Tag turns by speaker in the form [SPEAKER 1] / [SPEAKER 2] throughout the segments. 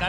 [SPEAKER 1] The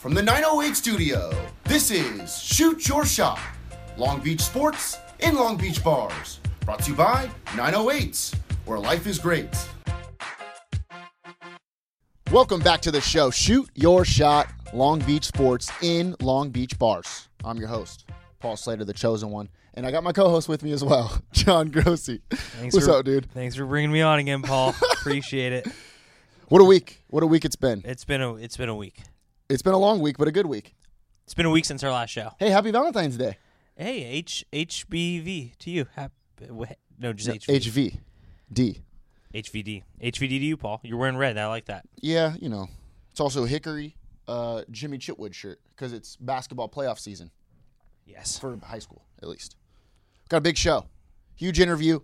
[SPEAKER 2] from the 908 studio, this is Shoot Your Shot Long Beach Sports in Long Beach Bars. Brought to you by 908s, where life is great.
[SPEAKER 3] Welcome back to the show. Shoot your shot, Long Beach Sports in Long Beach Bars. I'm your host, Paul Slater, the chosen one, and I got my co-host with me as well, John Grossi. What's
[SPEAKER 4] for,
[SPEAKER 3] up, dude?
[SPEAKER 4] Thanks for bringing me on again, Paul. Appreciate it.
[SPEAKER 3] What a week! What a week it's been.
[SPEAKER 4] It's been a it's been a week.
[SPEAKER 3] It's been a long week, but a good week.
[SPEAKER 4] It's been a week since our last show.
[SPEAKER 3] Hey, happy Valentine's Day.
[SPEAKER 4] Hey, H HBV to you. Hap- wh- no, just HV.
[SPEAKER 3] HV, D.
[SPEAKER 4] HVD. HVD to you, Paul. You're wearing red. I like that.
[SPEAKER 3] Yeah, you know, it's also a Hickory uh, Jimmy Chitwood shirt because it's basketball playoff season.
[SPEAKER 4] Yes.
[SPEAKER 3] for high school at least. Got a big show, huge interview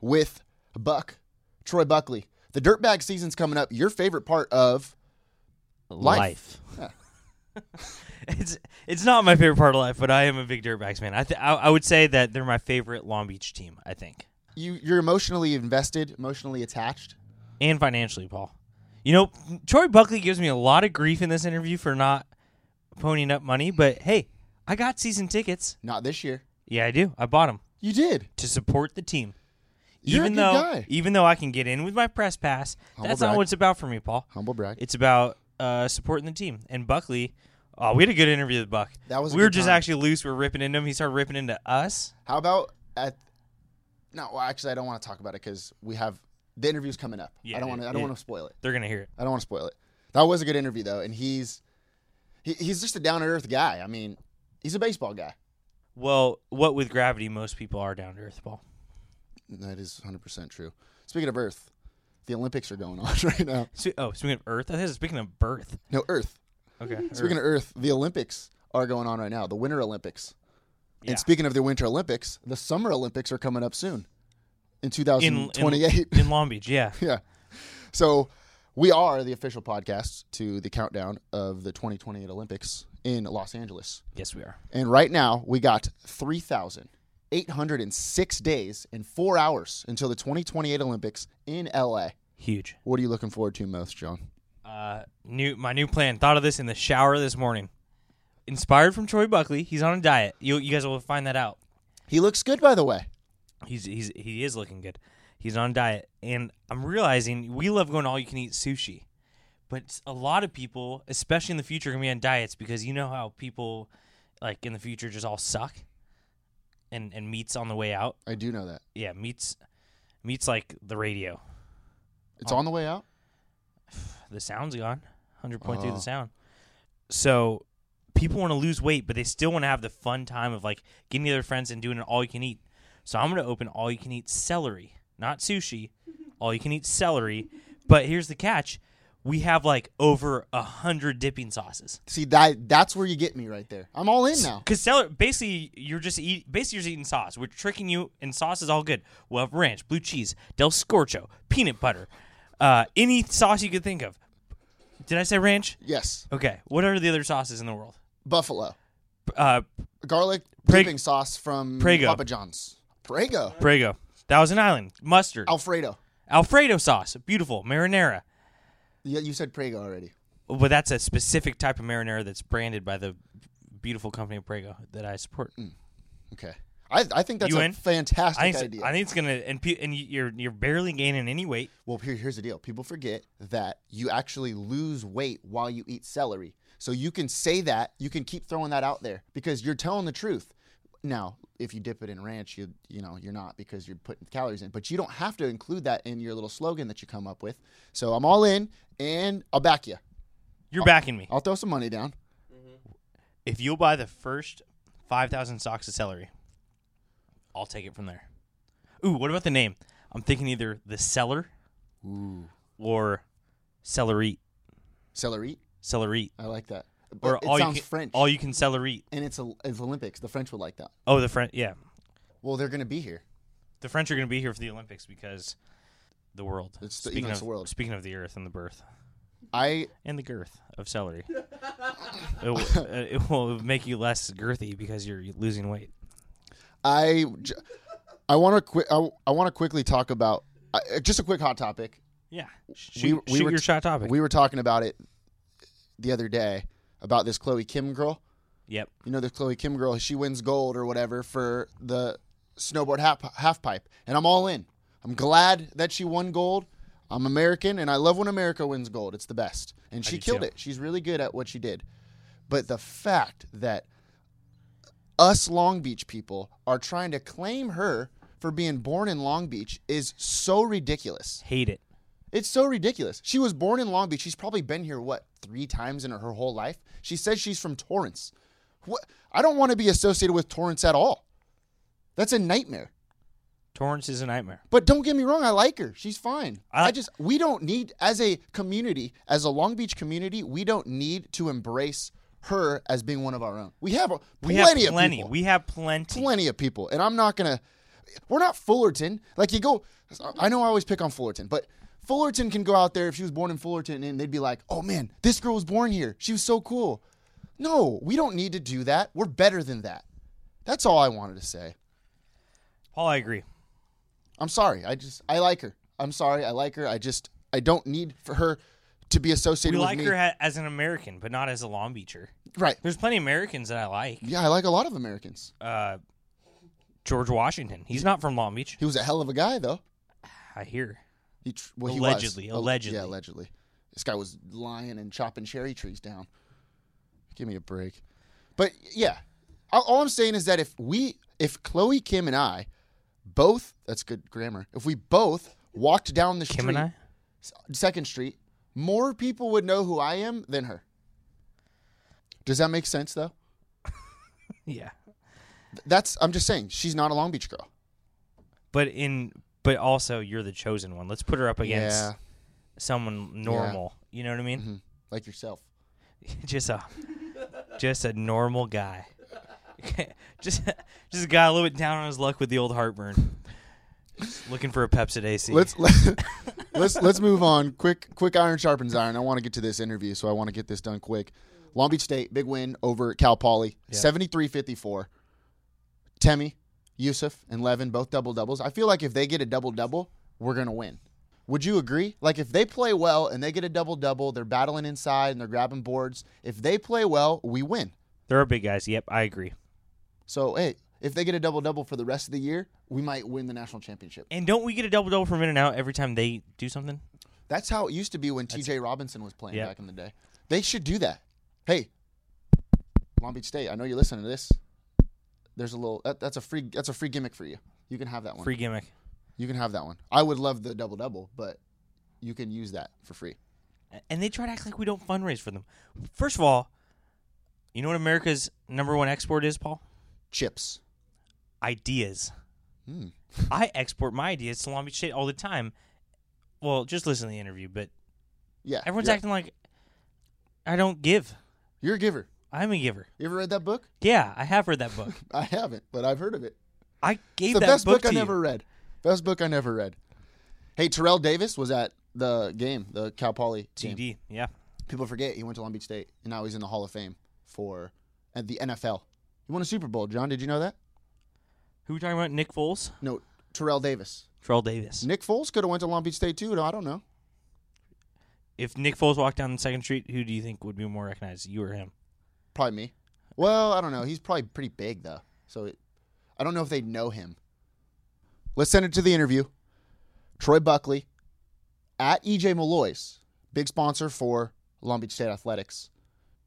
[SPEAKER 3] with Buck, Troy Buckley. The dirtbag season's coming up. Your favorite part of Life.
[SPEAKER 4] it's it's not my favorite part of life, but I am a big Dirtbags fan. I, th- I I would say that they're my favorite Long Beach team. I think,
[SPEAKER 3] you? You're emotionally invested, emotionally attached.
[SPEAKER 4] and financially, Paul. You know, Troy Buckley gives me a lot of grief in this interview for not ponying up money, but hey, I got season tickets.
[SPEAKER 3] Not this year.
[SPEAKER 4] Yeah, I do. I bought them.
[SPEAKER 3] You did.
[SPEAKER 4] to support the team.
[SPEAKER 3] You're a
[SPEAKER 4] even
[SPEAKER 3] good
[SPEAKER 4] though
[SPEAKER 3] guy.
[SPEAKER 4] even though I can get in with my press pass,
[SPEAKER 3] Humble
[SPEAKER 4] that's
[SPEAKER 3] brag.
[SPEAKER 4] not what it's about for me, Paul.
[SPEAKER 3] Humble brag.
[SPEAKER 4] It's about uh, supporting the team. And Buckley, oh, we had a good interview with Buck.
[SPEAKER 3] That was a
[SPEAKER 4] we were
[SPEAKER 3] good
[SPEAKER 4] just
[SPEAKER 3] time.
[SPEAKER 4] actually loose. We were ripping into him. He started ripping into us.
[SPEAKER 3] How about at? No, well, actually, I don't want to talk about it because we have the interview's coming up.
[SPEAKER 4] Yeah,
[SPEAKER 3] I don't
[SPEAKER 4] it-
[SPEAKER 3] want to. I don't
[SPEAKER 4] it-
[SPEAKER 3] want to spoil it.
[SPEAKER 4] They're gonna hear it.
[SPEAKER 3] I don't want to spoil it. That was a good interview though, and he's he, he's just a down to earth guy. I mean, he's a baseball guy.
[SPEAKER 4] Well, what with gravity, most people are down to earth, Paul.
[SPEAKER 3] That is 100% true. Speaking of Earth, the Olympics are going on right now.
[SPEAKER 4] So, oh, speaking of Earth, I think speaking of birth.
[SPEAKER 3] No, Earth.
[SPEAKER 4] Okay.
[SPEAKER 3] Speaking of Earth, the Olympics are going on right now, the Winter Olympics.
[SPEAKER 4] Yeah.
[SPEAKER 3] And speaking of the Winter Olympics, the Summer Olympics are coming up soon in
[SPEAKER 4] in,
[SPEAKER 3] 2028.
[SPEAKER 4] in in Long Beach, yeah.
[SPEAKER 3] yeah. So we are the official podcast to the countdown of the 2028 Olympics in Los Angeles.
[SPEAKER 4] yes, we are.
[SPEAKER 3] And right now, we got 3,806 days and four hours until the 2028 Olympics in LA.
[SPEAKER 4] Huge.
[SPEAKER 3] What are you looking forward to most, John?
[SPEAKER 4] uh, new my new plan. Thought of this in the shower this morning. Inspired from Troy Buckley, he's on a diet. You you guys will find that out.
[SPEAKER 3] He looks good, by the way.
[SPEAKER 4] He's he's he is looking good. He's on a diet, and I'm realizing we love going all you can eat sushi, but s- a lot of people, especially in the future, are gonna be on diets because you know how people like in the future just all suck, and and meats on the way out.
[SPEAKER 3] I do know that.
[SPEAKER 4] Yeah, meats, meats like the radio.
[SPEAKER 3] It's
[SPEAKER 4] Oh.
[SPEAKER 3] on the way out.
[SPEAKER 4] the sound's gone. Hundred point through
[SPEAKER 3] Oh.
[SPEAKER 4] the sound. So people want to lose weight, but they still want to have the fun time of like getting together with friends and doing an all you can eat. So I'm gonna open all you can eat celery, not sushi. All you can eat celery. But here's the catch: we have like over a hundred dipping sauces.
[SPEAKER 3] See that that's where you get me right there. I'm all in now.
[SPEAKER 4] Because celery, basically, you're just eat, basically you're just eating sauce. We're tricking you, and sauce is all good. We'll have ranch, blue cheese, Del Scorcho, peanut butter, uh, any sauce you could think of. Did I say ranch?
[SPEAKER 3] Yes.
[SPEAKER 4] Okay. What are the other sauces in the world?
[SPEAKER 3] Buffalo.
[SPEAKER 4] Uh,
[SPEAKER 3] Garlic
[SPEAKER 4] Preg-
[SPEAKER 3] dipping sauce from
[SPEAKER 4] Prego.
[SPEAKER 3] Papa John's. Prego.
[SPEAKER 4] Prego. That was an island.
[SPEAKER 3] Oh.
[SPEAKER 4] Mustard.
[SPEAKER 3] Alfredo.
[SPEAKER 4] Alfredo sauce. Beautiful. Marinara.
[SPEAKER 3] Yeah, you said Prego already.
[SPEAKER 4] But that's a specific type of marinara that's branded by the beautiful company of Prego that I support.
[SPEAKER 3] Okay. I, I think that's
[SPEAKER 4] You
[SPEAKER 3] a
[SPEAKER 4] in?
[SPEAKER 3] fantastic
[SPEAKER 4] I think,
[SPEAKER 3] idea.
[SPEAKER 4] I think it's gonna and pe- and you- you're you're barely gaining any weight.
[SPEAKER 3] Well, here, here's the deal. People forget that you actually lose weight while you eat celery. So you can say that, you can keep throwing that out there because you're telling the truth. Now, if you dip it in ranch, you you know, you're not because you're putting calories in, but you don't have to include that in your little slogan that you come up with. So I'm all in and I'll back you.
[SPEAKER 4] You're backing me.
[SPEAKER 3] I'll throw some money down.
[SPEAKER 4] If you'll buy the first five thousand stalks of celery, I'll take it from there. Ooh, what about the name? I'm thinking either the cellar, or celery,
[SPEAKER 3] Celery.
[SPEAKER 4] celery.
[SPEAKER 3] I like that. But
[SPEAKER 4] or
[SPEAKER 3] it
[SPEAKER 4] all
[SPEAKER 3] sounds
[SPEAKER 4] you can,
[SPEAKER 3] French.
[SPEAKER 4] All you can celery.
[SPEAKER 3] and it's a, it's Olympics. The French would like that.
[SPEAKER 4] Oh, the French. Yeah,
[SPEAKER 3] Well, they're going to be here.
[SPEAKER 4] the French are going to be here for the Olympics because the world.
[SPEAKER 3] It's the- you know, it's
[SPEAKER 4] of
[SPEAKER 3] the world.
[SPEAKER 4] Speaking of the earth and the birth
[SPEAKER 3] I
[SPEAKER 4] and the girth of celery, it, will, uh, it will make you less girthy because you're losing weight.
[SPEAKER 3] I j- I want to qui- I, I want to quickly talk about uh, just a quick hot topic.
[SPEAKER 4] Yeah, shoot, shoot your
[SPEAKER 3] t-
[SPEAKER 4] shot topic.
[SPEAKER 3] We were talking about it the other day about this Chloe Kim girl.
[SPEAKER 4] yep.
[SPEAKER 3] You know, the Chloe Kim girl. She wins gold or whatever for the snowboard half, half pipe, and I'm all in. I'm glad that she won gold. I'm American, and I love when America wins gold. It's the best, and she
[SPEAKER 4] do
[SPEAKER 3] killed
[SPEAKER 4] too.
[SPEAKER 3] it. She's really good at what she did. But the fact that us Long Beach people are trying to claim her for being born in Long Beach is so ridiculous.
[SPEAKER 4] Hate it.
[SPEAKER 3] It's so ridiculous. She was born in Long Beach. She's probably been here what three times in her whole life. She says she's from Torrance. What? I don't want to be associated with Torrance at all. That's a nightmare.
[SPEAKER 4] Torrance is a nightmare.
[SPEAKER 3] But don't get me wrong, I like her. She's fine.
[SPEAKER 4] I-
[SPEAKER 3] I, just we don't need as a community, as a Long Beach community, we don't need to embrace her as being one of our own. We have a-
[SPEAKER 4] We
[SPEAKER 3] plenty
[SPEAKER 4] have
[SPEAKER 3] of
[SPEAKER 4] plenty.
[SPEAKER 3] people
[SPEAKER 4] We have plenty.
[SPEAKER 3] plenty of people, and I'm not gonna. We're not Fullerton. Like you go, I know I always pick on Fullerton, but Fullerton can go out there if she was born in Fullerton, and they'd be like, "Oh man, this girl was born here. She was so cool." No, we don't need to do that. We're better than that. That's all I wanted to say.
[SPEAKER 4] Paul, I agree.
[SPEAKER 3] I'm sorry. I just I like her. I'm sorry. I like her. I just I don't need for her to be associated
[SPEAKER 4] We
[SPEAKER 3] with
[SPEAKER 4] like
[SPEAKER 3] me.
[SPEAKER 4] her ha- as an American, but not as a Long Beacher.
[SPEAKER 3] right.
[SPEAKER 4] There's plenty of Americans that I like.
[SPEAKER 3] Yeah, I like a lot of Americans.
[SPEAKER 4] George Washington. He's not from Long Beach.
[SPEAKER 3] He was a hell of a guy though.
[SPEAKER 4] I hear.
[SPEAKER 3] He tr- well, he
[SPEAKER 4] Allegedly,
[SPEAKER 3] was. Al-
[SPEAKER 4] allegedly.
[SPEAKER 3] yeah, allegedly. This guy was lying and chopping cherry trees down. Give me a break. But yeah, all, all I'm saying is that if we, if Chloe Kim and I, both that's good grammar. If we both walked down the street,
[SPEAKER 4] Kim and I?
[SPEAKER 3] Second Street, more people would know who I am than her. Does that make sense though?
[SPEAKER 4] Yeah.
[SPEAKER 3] Th- That's I'm just saying she's not a Long Beach girl.
[SPEAKER 4] But in but also you're the chosen one. Let's put her up against
[SPEAKER 3] Yeah,
[SPEAKER 4] someone normal. You know what I mean?
[SPEAKER 3] like yourself. Mm-hmm.
[SPEAKER 4] just a just a normal guy. just just a guy a little bit down on his luck with the old heartburn. Just looking for a Pepsi AC.
[SPEAKER 3] let's let, let's let's move on. Quick quick iron sharpens iron. I want to get to this interview, so I want to get this done quick. Long Beach State big win over Cal Poly, seventy three fifty four. Temi, Yusuf, and Levin both double doubles. I feel like if they get a double double, we're gonna win. Would you agree? Like if they play well and they get a double double, they're battling inside and they're grabbing boards. If they play well, we win.
[SPEAKER 4] there are big guys. Yep, I agree.
[SPEAKER 3] So hey, if they get a double double for the rest of the year, we might win the national championship.
[SPEAKER 4] And don't we get a double double from in and out every time they do something?
[SPEAKER 3] That's how it used to be when T.J. Robinson was playing
[SPEAKER 4] Yep.
[SPEAKER 3] back in the day. They should do that. Hey, Long Beach State, I know you're listening to this. There's a little that, that's a free that's a free gimmick for you. You can have that one.
[SPEAKER 4] Free gimmick.
[SPEAKER 3] You can have that one. I would love the double double, but you can use that for free.
[SPEAKER 4] And they try to act like we don't fundraise for them. First of all, you know what America's number one export is, Paul?
[SPEAKER 3] Chips.
[SPEAKER 4] Ideas.
[SPEAKER 3] Hmm.
[SPEAKER 4] I export my ideas to Long Beach State all the time. Well, just listen to the interview, but
[SPEAKER 3] Yeah.
[SPEAKER 4] everyone's
[SPEAKER 3] you're,
[SPEAKER 4] acting like I don't give.
[SPEAKER 3] You're a giver.
[SPEAKER 4] I'm a giver.
[SPEAKER 3] You ever read that book?
[SPEAKER 4] Yeah, I have read that book.
[SPEAKER 3] I haven't, but I've heard of it.
[SPEAKER 4] I gave
[SPEAKER 3] It's the
[SPEAKER 4] that
[SPEAKER 3] best book,
[SPEAKER 4] to
[SPEAKER 3] I
[SPEAKER 4] you.
[SPEAKER 3] never read. Best book I never read. Hey, Terrell Davis was at the game, the Cal Poly game.
[SPEAKER 4] TD. Yeah,
[SPEAKER 3] people forget he went to Long Beach State and now he's in the Hall of Fame for at the NFL. He won a Super Bowl, John. Did you know that?
[SPEAKER 4] who are we talking about? Nick Foles,
[SPEAKER 3] No, Terrell Davis.
[SPEAKER 4] Terrell Davis.
[SPEAKER 3] Nick Foles could have went to Long Beach State too. No, I don't know.
[SPEAKER 4] If Nick Foles walked down the second street, who do you think would be more recognized, you or him?
[SPEAKER 3] Probably me. Well, I don't know. He's probably pretty big though, so it, I don't know if they know him. Let's send it to the interview. Troy Buckley at EJ Malloy's, big sponsor for Long Beach State Athletics.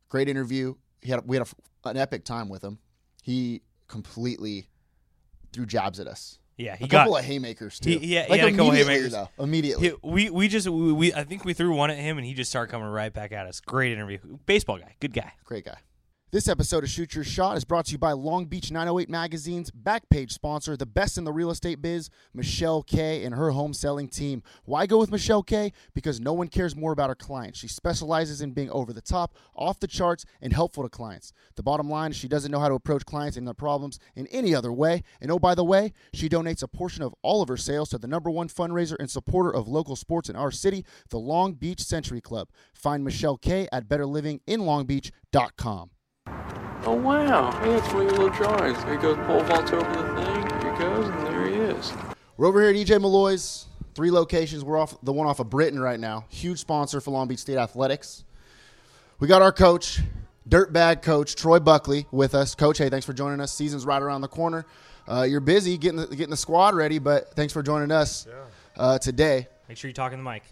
[SPEAKER 3] Great interview. He had we had a, an epic time with him. He completely threw jabs at us.
[SPEAKER 4] Yeah, he
[SPEAKER 3] a
[SPEAKER 4] got
[SPEAKER 3] couple of haymakers too.
[SPEAKER 4] He- yeah, he had a couple
[SPEAKER 3] immediately,
[SPEAKER 4] haymakers.
[SPEAKER 3] though. Immediately,
[SPEAKER 4] Yeah, we we just we, we I think we threw one at him and he just started coming right back at us. Great interview, baseball guy, good guy.
[SPEAKER 3] great guy. This episode of Shoot Your Shot is brought to you by Long Beach 908 Magazine's backpage sponsor, the best in the real estate biz, Michelle K and her home selling team. Why go with Michelle K? Because no one cares more about her clients. She specializes in being over the top, off the charts, and helpful to clients. The bottom line is she doesn't know how to approach clients and their problems in any other way. And oh, by the way, she donates a portion of all of her sales to the number one fundraiser and supporter of local sports in our city, the Long Beach Century Club. Find Michelle K at betterlivinginlongbeach.com.
[SPEAKER 5] Oh wow, hey, it's one of your little drawings. There he goes, pole vaults over the thing. Here he goes, and there he is.
[SPEAKER 3] We're over here at EJ Malloy's. Three locations. We're off the one off of Britain right now. Huge sponsor for Long Beach State Athletics. We got our coach, dirtbag coach Troy Buckley, with us. Coach, hey, thanks for joining us. Season's right around the corner. Uh, you're busy getting the, getting the squad ready, but thanks for joining us uh, today.
[SPEAKER 4] Make sure you're talking to the mic.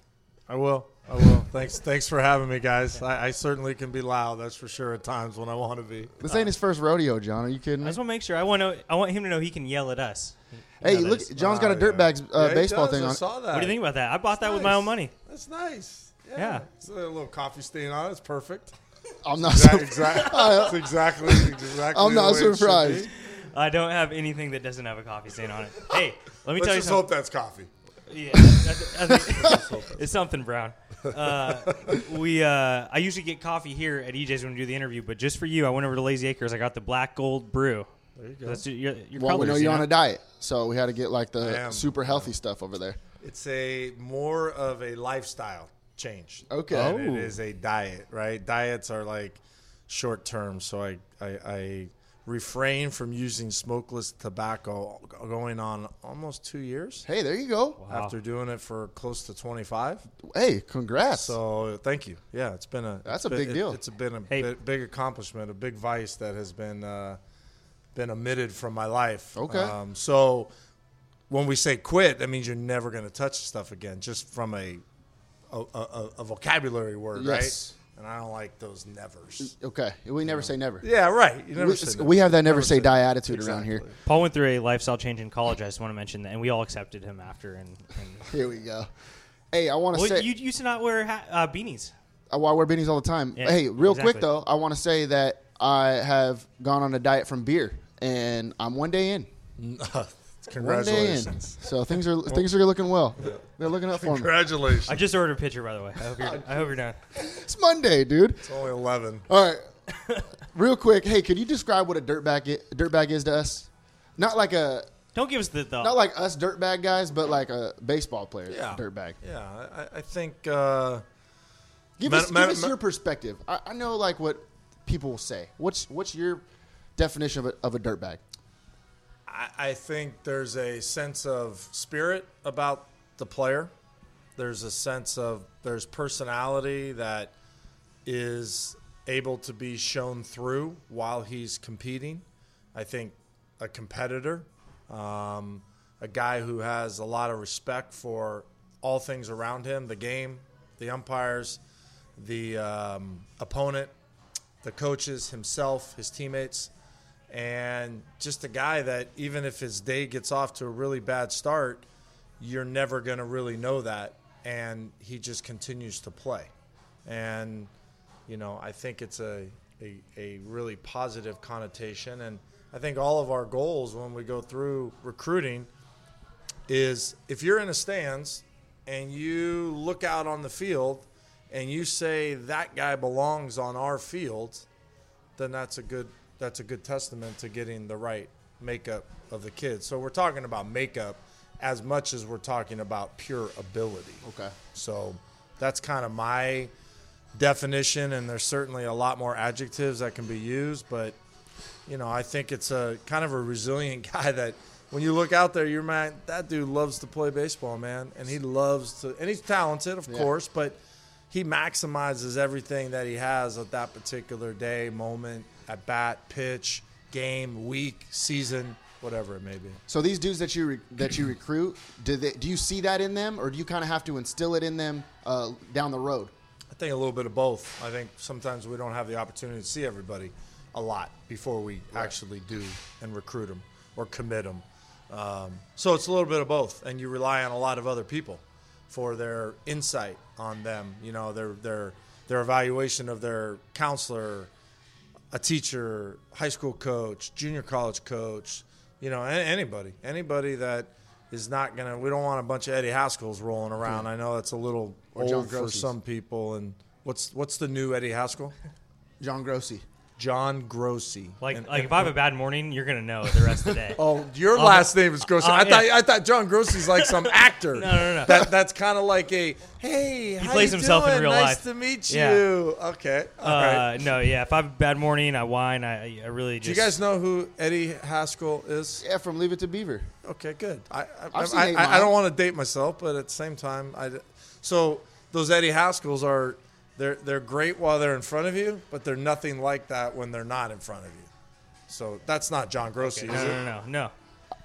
[SPEAKER 6] I will. I will. Thanks. Thanks for having me, guys. I, I certainly can be loud. That's for sure. At times when I want to be.
[SPEAKER 3] This ain't his first rodeo, John. Are you kidding
[SPEAKER 4] I
[SPEAKER 3] me?
[SPEAKER 4] just want to make sure. I want to. I want him to know he can yell at us.
[SPEAKER 3] Hey,
[SPEAKER 4] know
[SPEAKER 3] look,
[SPEAKER 4] this.
[SPEAKER 3] John's got a
[SPEAKER 6] Oh,
[SPEAKER 3] dirtbags
[SPEAKER 6] yeah.
[SPEAKER 3] uh,
[SPEAKER 6] Yeah, he
[SPEAKER 3] baseball
[SPEAKER 6] does.
[SPEAKER 3] thing
[SPEAKER 6] I
[SPEAKER 3] on.
[SPEAKER 6] saw that.
[SPEAKER 4] What do you think about that? I bought that with my own money.
[SPEAKER 6] That's nice. Yeah.
[SPEAKER 4] Yeah.
[SPEAKER 6] It's a little coffee stain on it. It's perfect.
[SPEAKER 3] I'm not.
[SPEAKER 6] That,
[SPEAKER 3] so-
[SPEAKER 6] exact, that's exactly, exactly.
[SPEAKER 3] I'm
[SPEAKER 6] the
[SPEAKER 3] not
[SPEAKER 6] way it should
[SPEAKER 3] surprised.
[SPEAKER 6] be.
[SPEAKER 4] I don't have anything that doesn't have a coffee stain on it. Hey, let me
[SPEAKER 6] Let's
[SPEAKER 4] tell you
[SPEAKER 6] just hope
[SPEAKER 4] something.
[SPEAKER 6] that's coffee.
[SPEAKER 4] Yeah, I th- I think- it's something brown. Uh, we uh, I usually get coffee here at EJ's when we do the interview, but just for you, I went over to Lazy Acres. I got the black gold brew. There you go. That's your, your
[SPEAKER 3] Well, we
[SPEAKER 4] colors,
[SPEAKER 3] know
[SPEAKER 4] you
[SPEAKER 3] you're on
[SPEAKER 4] know?
[SPEAKER 3] a diet, so we had to get like
[SPEAKER 6] I
[SPEAKER 3] the
[SPEAKER 6] am.
[SPEAKER 3] super healthy stuff over there.
[SPEAKER 6] It's a more of a lifestyle change.
[SPEAKER 3] Okay.
[SPEAKER 6] than
[SPEAKER 4] Oh.
[SPEAKER 6] It is a diet, right? Diets are like short term, so I, I I refrain from using smokeless tobacco going on almost two years
[SPEAKER 3] Hey, there you go.
[SPEAKER 6] after doing it for close to twenty five.
[SPEAKER 3] Hey, congrats.
[SPEAKER 6] So thank you. Yeah, it's been a
[SPEAKER 3] That's
[SPEAKER 6] it's
[SPEAKER 3] a
[SPEAKER 6] been-
[SPEAKER 3] big
[SPEAKER 6] it-
[SPEAKER 3] deal.
[SPEAKER 6] It's been a
[SPEAKER 4] Hey.
[SPEAKER 6] bi- big accomplishment, a big vice that has been uh, been omitted from my life.
[SPEAKER 3] Okay.
[SPEAKER 6] Um, so when we say quit, that means you're never going to touch stuff again, just from a a, a, a vocabulary word,
[SPEAKER 3] Yes.
[SPEAKER 6] right? And I don't like those nevers.
[SPEAKER 3] okay, we never say never.
[SPEAKER 6] Yeah, right. You never
[SPEAKER 3] we,
[SPEAKER 6] say
[SPEAKER 3] we
[SPEAKER 6] never.
[SPEAKER 3] have that never, say
[SPEAKER 6] say
[SPEAKER 3] die
[SPEAKER 6] that.
[SPEAKER 3] attitude around here.
[SPEAKER 6] Exactly.
[SPEAKER 4] Paul went through a lifestyle change in college. I just want to mention that, and we all accepted him after. And, and
[SPEAKER 3] Here we go. Hey, I want to
[SPEAKER 4] well,
[SPEAKER 3] say
[SPEAKER 4] you used to not wear ha- uh, beanies.
[SPEAKER 3] I wa- wear beanies all the time.
[SPEAKER 4] Yeah,
[SPEAKER 3] hey, real quick
[SPEAKER 4] exactly.
[SPEAKER 3] though, I want to say that I have gone on a diet from beer, and I'm one day in. One day in.
[SPEAKER 6] Congratulations.
[SPEAKER 3] So things are things are looking well. They're looking up for me.
[SPEAKER 6] Congratulations.
[SPEAKER 4] I just ordered a picture, by the way. I hope you're, I hope you're done.
[SPEAKER 3] It's Monday, dude.
[SPEAKER 6] It's only eleven.
[SPEAKER 3] All right. Real quick, hey, could you describe what a dirtbag i- dirtbag is to us? Not like a
[SPEAKER 4] Don't give us the thought.
[SPEAKER 3] not like us dirtbag guys, but like a baseball player
[SPEAKER 6] Yeah.
[SPEAKER 3] dirtbag.
[SPEAKER 6] Yeah, I- I, I think. Uh,
[SPEAKER 3] Give,
[SPEAKER 6] Ma-
[SPEAKER 3] us,
[SPEAKER 6] ma-
[SPEAKER 3] give us
[SPEAKER 6] ma-
[SPEAKER 3] your perspective. I, I know like what people will say. What's what's your definition of a, of a dirtbag?
[SPEAKER 6] I, I think there's a sense of spirit about the player. There's a sense of there's personality that is able to be shown through while he's competing. I think a competitor, um, a guy who has a lot of respect for all things around him, the game, the umpires, the um, opponent, the coaches, himself, his teammates and just a guy that even if his day gets off to a really bad start, you're never going to really know that. And he just continues to play. And, you know, I think it's a, a, a really positive connotation. And I think all of our goals when we go through recruiting is if you're in the stands and you look out on the field and you say that guy belongs on our field – then that's a good that's a good testament to getting the right makeup of the kids. So we're talking about makeup as much as we're talking about pure ability.
[SPEAKER 3] Okay.
[SPEAKER 6] So that's kind of my definition and there's certainly a lot more adjectives that can be used, but you know, I think it's a kind of a resilient guy that when you look out there, you're man, that dude loves to play baseball, man, and he loves to, and he's talented, of course, but he maximizes everything that he has at that particular day, moment, at bat, pitch, game, week, season, whatever it may be.
[SPEAKER 3] So these dudes that you re, that you recruit, do they, do you see that in them, or do you kind of have to instill it in them uh, down the road?
[SPEAKER 6] I think a little bit of both. I think sometimes we don't have the opportunity to see everybody a lot before we actually do and recruit them or commit them. Um, so it's a little bit of both, and you rely on a lot of other people for their insight on them. You know, their their their evaluation of their counselor, a teacher, high school coach, junior college coach, you know, a- anybody, anybody that is not gonna. We don't want a bunch of Eddie Haskells rolling around. I know that's a little old
[SPEAKER 3] John
[SPEAKER 6] for
[SPEAKER 3] Grosses.
[SPEAKER 6] some people. And what's what's the new Eddie Haskell?
[SPEAKER 3] John Grossi.
[SPEAKER 6] John Grossi.
[SPEAKER 7] Like,
[SPEAKER 6] And-
[SPEAKER 7] like
[SPEAKER 6] and-
[SPEAKER 7] if I have a bad morning, you're gonna know the rest of the day.
[SPEAKER 6] Oh, your last name is Grossi.
[SPEAKER 7] uh,
[SPEAKER 6] I thought
[SPEAKER 7] yeah.
[SPEAKER 6] I thought John Grossi's like some actor. no,
[SPEAKER 7] no, no.
[SPEAKER 6] That that's kind of like a hey. He
[SPEAKER 7] plays himself in real
[SPEAKER 6] nice
[SPEAKER 7] life."
[SPEAKER 6] to meet
[SPEAKER 7] Yeah.
[SPEAKER 6] you. Okay.
[SPEAKER 7] uh,
[SPEAKER 6] all right.
[SPEAKER 7] No, yeah. If I have a bad morning, I whine. I, I really
[SPEAKER 6] Do you
[SPEAKER 7] just.
[SPEAKER 6] guys know who Eddie Haskell is?
[SPEAKER 3] Yeah, from Leave It to Beaver.
[SPEAKER 6] Okay, good. I I, I,
[SPEAKER 3] I've seen Eight
[SPEAKER 6] I, I don't
[SPEAKER 3] Mile.
[SPEAKER 6] want to date myself, but at the same time, I d- so those Eddie Haskells are they're they're great while they're in front of you, but they're nothing like that when they're not in front of you. So that's not John Grossi.
[SPEAKER 7] No,
[SPEAKER 6] is it?
[SPEAKER 7] no, no, no.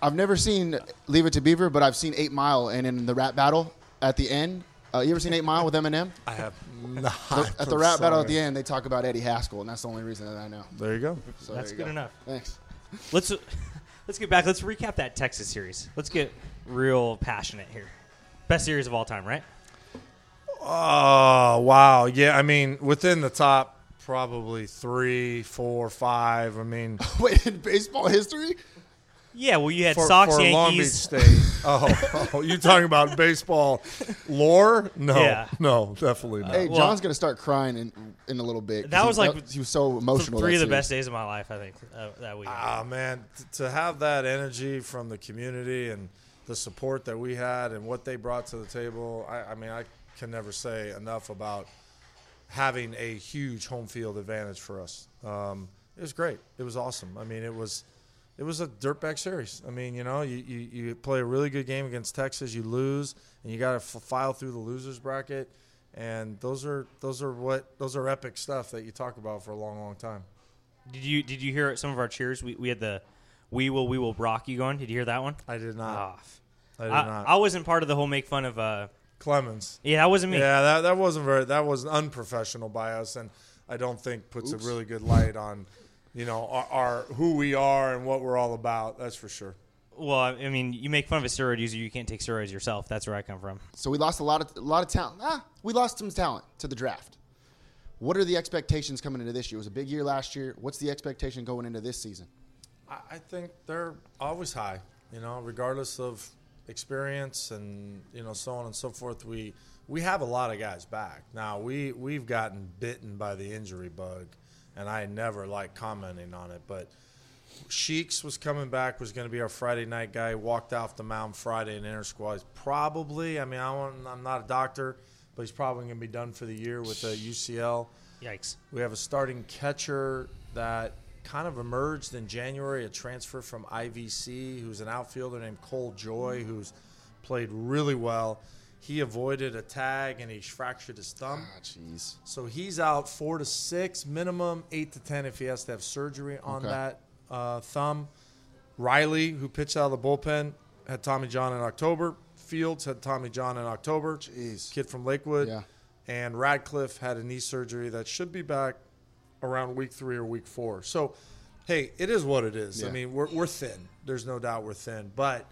[SPEAKER 3] I've never seen Leave It to Beaver, but I've seen Eight Mile, and in the rap battle at the end, uh, you ever seen Eight Mile with Eminem?
[SPEAKER 6] I have not.
[SPEAKER 3] At the rap battle at the end, they talk about Eddie Haskell, and that's the only reason that I know.
[SPEAKER 6] There you go.
[SPEAKER 3] So
[SPEAKER 7] That's
[SPEAKER 3] there
[SPEAKER 7] good
[SPEAKER 3] you go.
[SPEAKER 7] enough.
[SPEAKER 3] Thanks.
[SPEAKER 7] Let's let's get back. Let's recap that Texas series. Let's get real passionate here. Best series of all time, right?
[SPEAKER 6] Oh wow, yeah. I mean, within the top probably three, four, five. I mean,
[SPEAKER 3] Wait, in baseball history?
[SPEAKER 7] Yeah. Well, you had
[SPEAKER 6] for,
[SPEAKER 7] Sox,
[SPEAKER 6] for
[SPEAKER 7] Yankees.
[SPEAKER 6] Long Beach State. Oh, oh, you talking about baseball lore? No,
[SPEAKER 7] Yeah.
[SPEAKER 6] no, definitely not.
[SPEAKER 3] Hey,
[SPEAKER 7] Well-
[SPEAKER 3] John's gonna start crying in in a little bit. 'cause
[SPEAKER 7] That
[SPEAKER 3] he-
[SPEAKER 7] was like-
[SPEAKER 3] he was so
[SPEAKER 7] th-
[SPEAKER 3] emotional.
[SPEAKER 7] Three
[SPEAKER 3] that
[SPEAKER 7] of the
[SPEAKER 3] series.
[SPEAKER 7] best days of my life, I think, uh, that weekend.
[SPEAKER 6] Ah, man, t- to have that energy from the community and the support that we had and what they brought to the table, I, I mean, I can never say enough about having a huge home field advantage for us. Um, it was great. It was awesome. I mean, it was it was a dirtbag series. I mean, you know, you, you, you play a really good game against Texas, you lose, and you got to f- file through the losers bracket. And those are those are what those are epic stuff that you talk about for a long, long time.
[SPEAKER 7] Did you did you hear some of our cheers? We, we had the "We will we will rock you" going. Did you hear that one?
[SPEAKER 6] I did not.
[SPEAKER 7] Ah, f-
[SPEAKER 6] I did
[SPEAKER 7] I,
[SPEAKER 6] not.
[SPEAKER 7] I wasn't part of the whole make fun of. Uh,
[SPEAKER 6] Clemens.
[SPEAKER 7] yeah, that wasn't me.
[SPEAKER 6] Yeah, that, that wasn't very that was unprofessional by us, and I don't think puts a really good light on, you know, our, our who we are and what we're all about. That's for sure.
[SPEAKER 7] Well, I I mean, you make fun of a steroid user, you can't take steroids yourself. That's where I come from.
[SPEAKER 3] So we lost a lot of a lot of talent. Ah, we lost some talent to the draft. What are the expectations coming into this year? It was a big year last year. What's the expectation going into this season?
[SPEAKER 6] I, I think they're always high, you know, regardless of experience and you know so on and so forth. We we have a lot of guys back now. We we've gotten bitten by the injury bug, and I never like commenting on it, but. Sheeks was coming back, was going to be our Friday night guy. Walked off the mound Friday in inter squads. Probably, I mean, I won't, I'm not a doctor, but he's probably going to be done for the year with a UCL.
[SPEAKER 7] Yikes.
[SPEAKER 6] We have a starting catcher that kind of emerged in January, a transfer from IVC, who's an outfielder named Cole Joy, who's played really well. He avoided a tag and he fractured his thumb.
[SPEAKER 3] Jeez.
[SPEAKER 6] So he's out four to six, minimum eight to ten if he has to have surgery on
[SPEAKER 3] Okay.
[SPEAKER 6] that uh, thumb. Riley, who pitched out of the bullpen, had Tommy John in October. Fields had Tommy John in October. Jeez. Kid from Lakewood.
[SPEAKER 3] Yeah.
[SPEAKER 6] And Radcliffe had a knee surgery that should be back around week three or week four. So, hey, it is what it is. I
[SPEAKER 3] Yeah.
[SPEAKER 6] mean, we're, we're thin. There's no doubt we're thin. But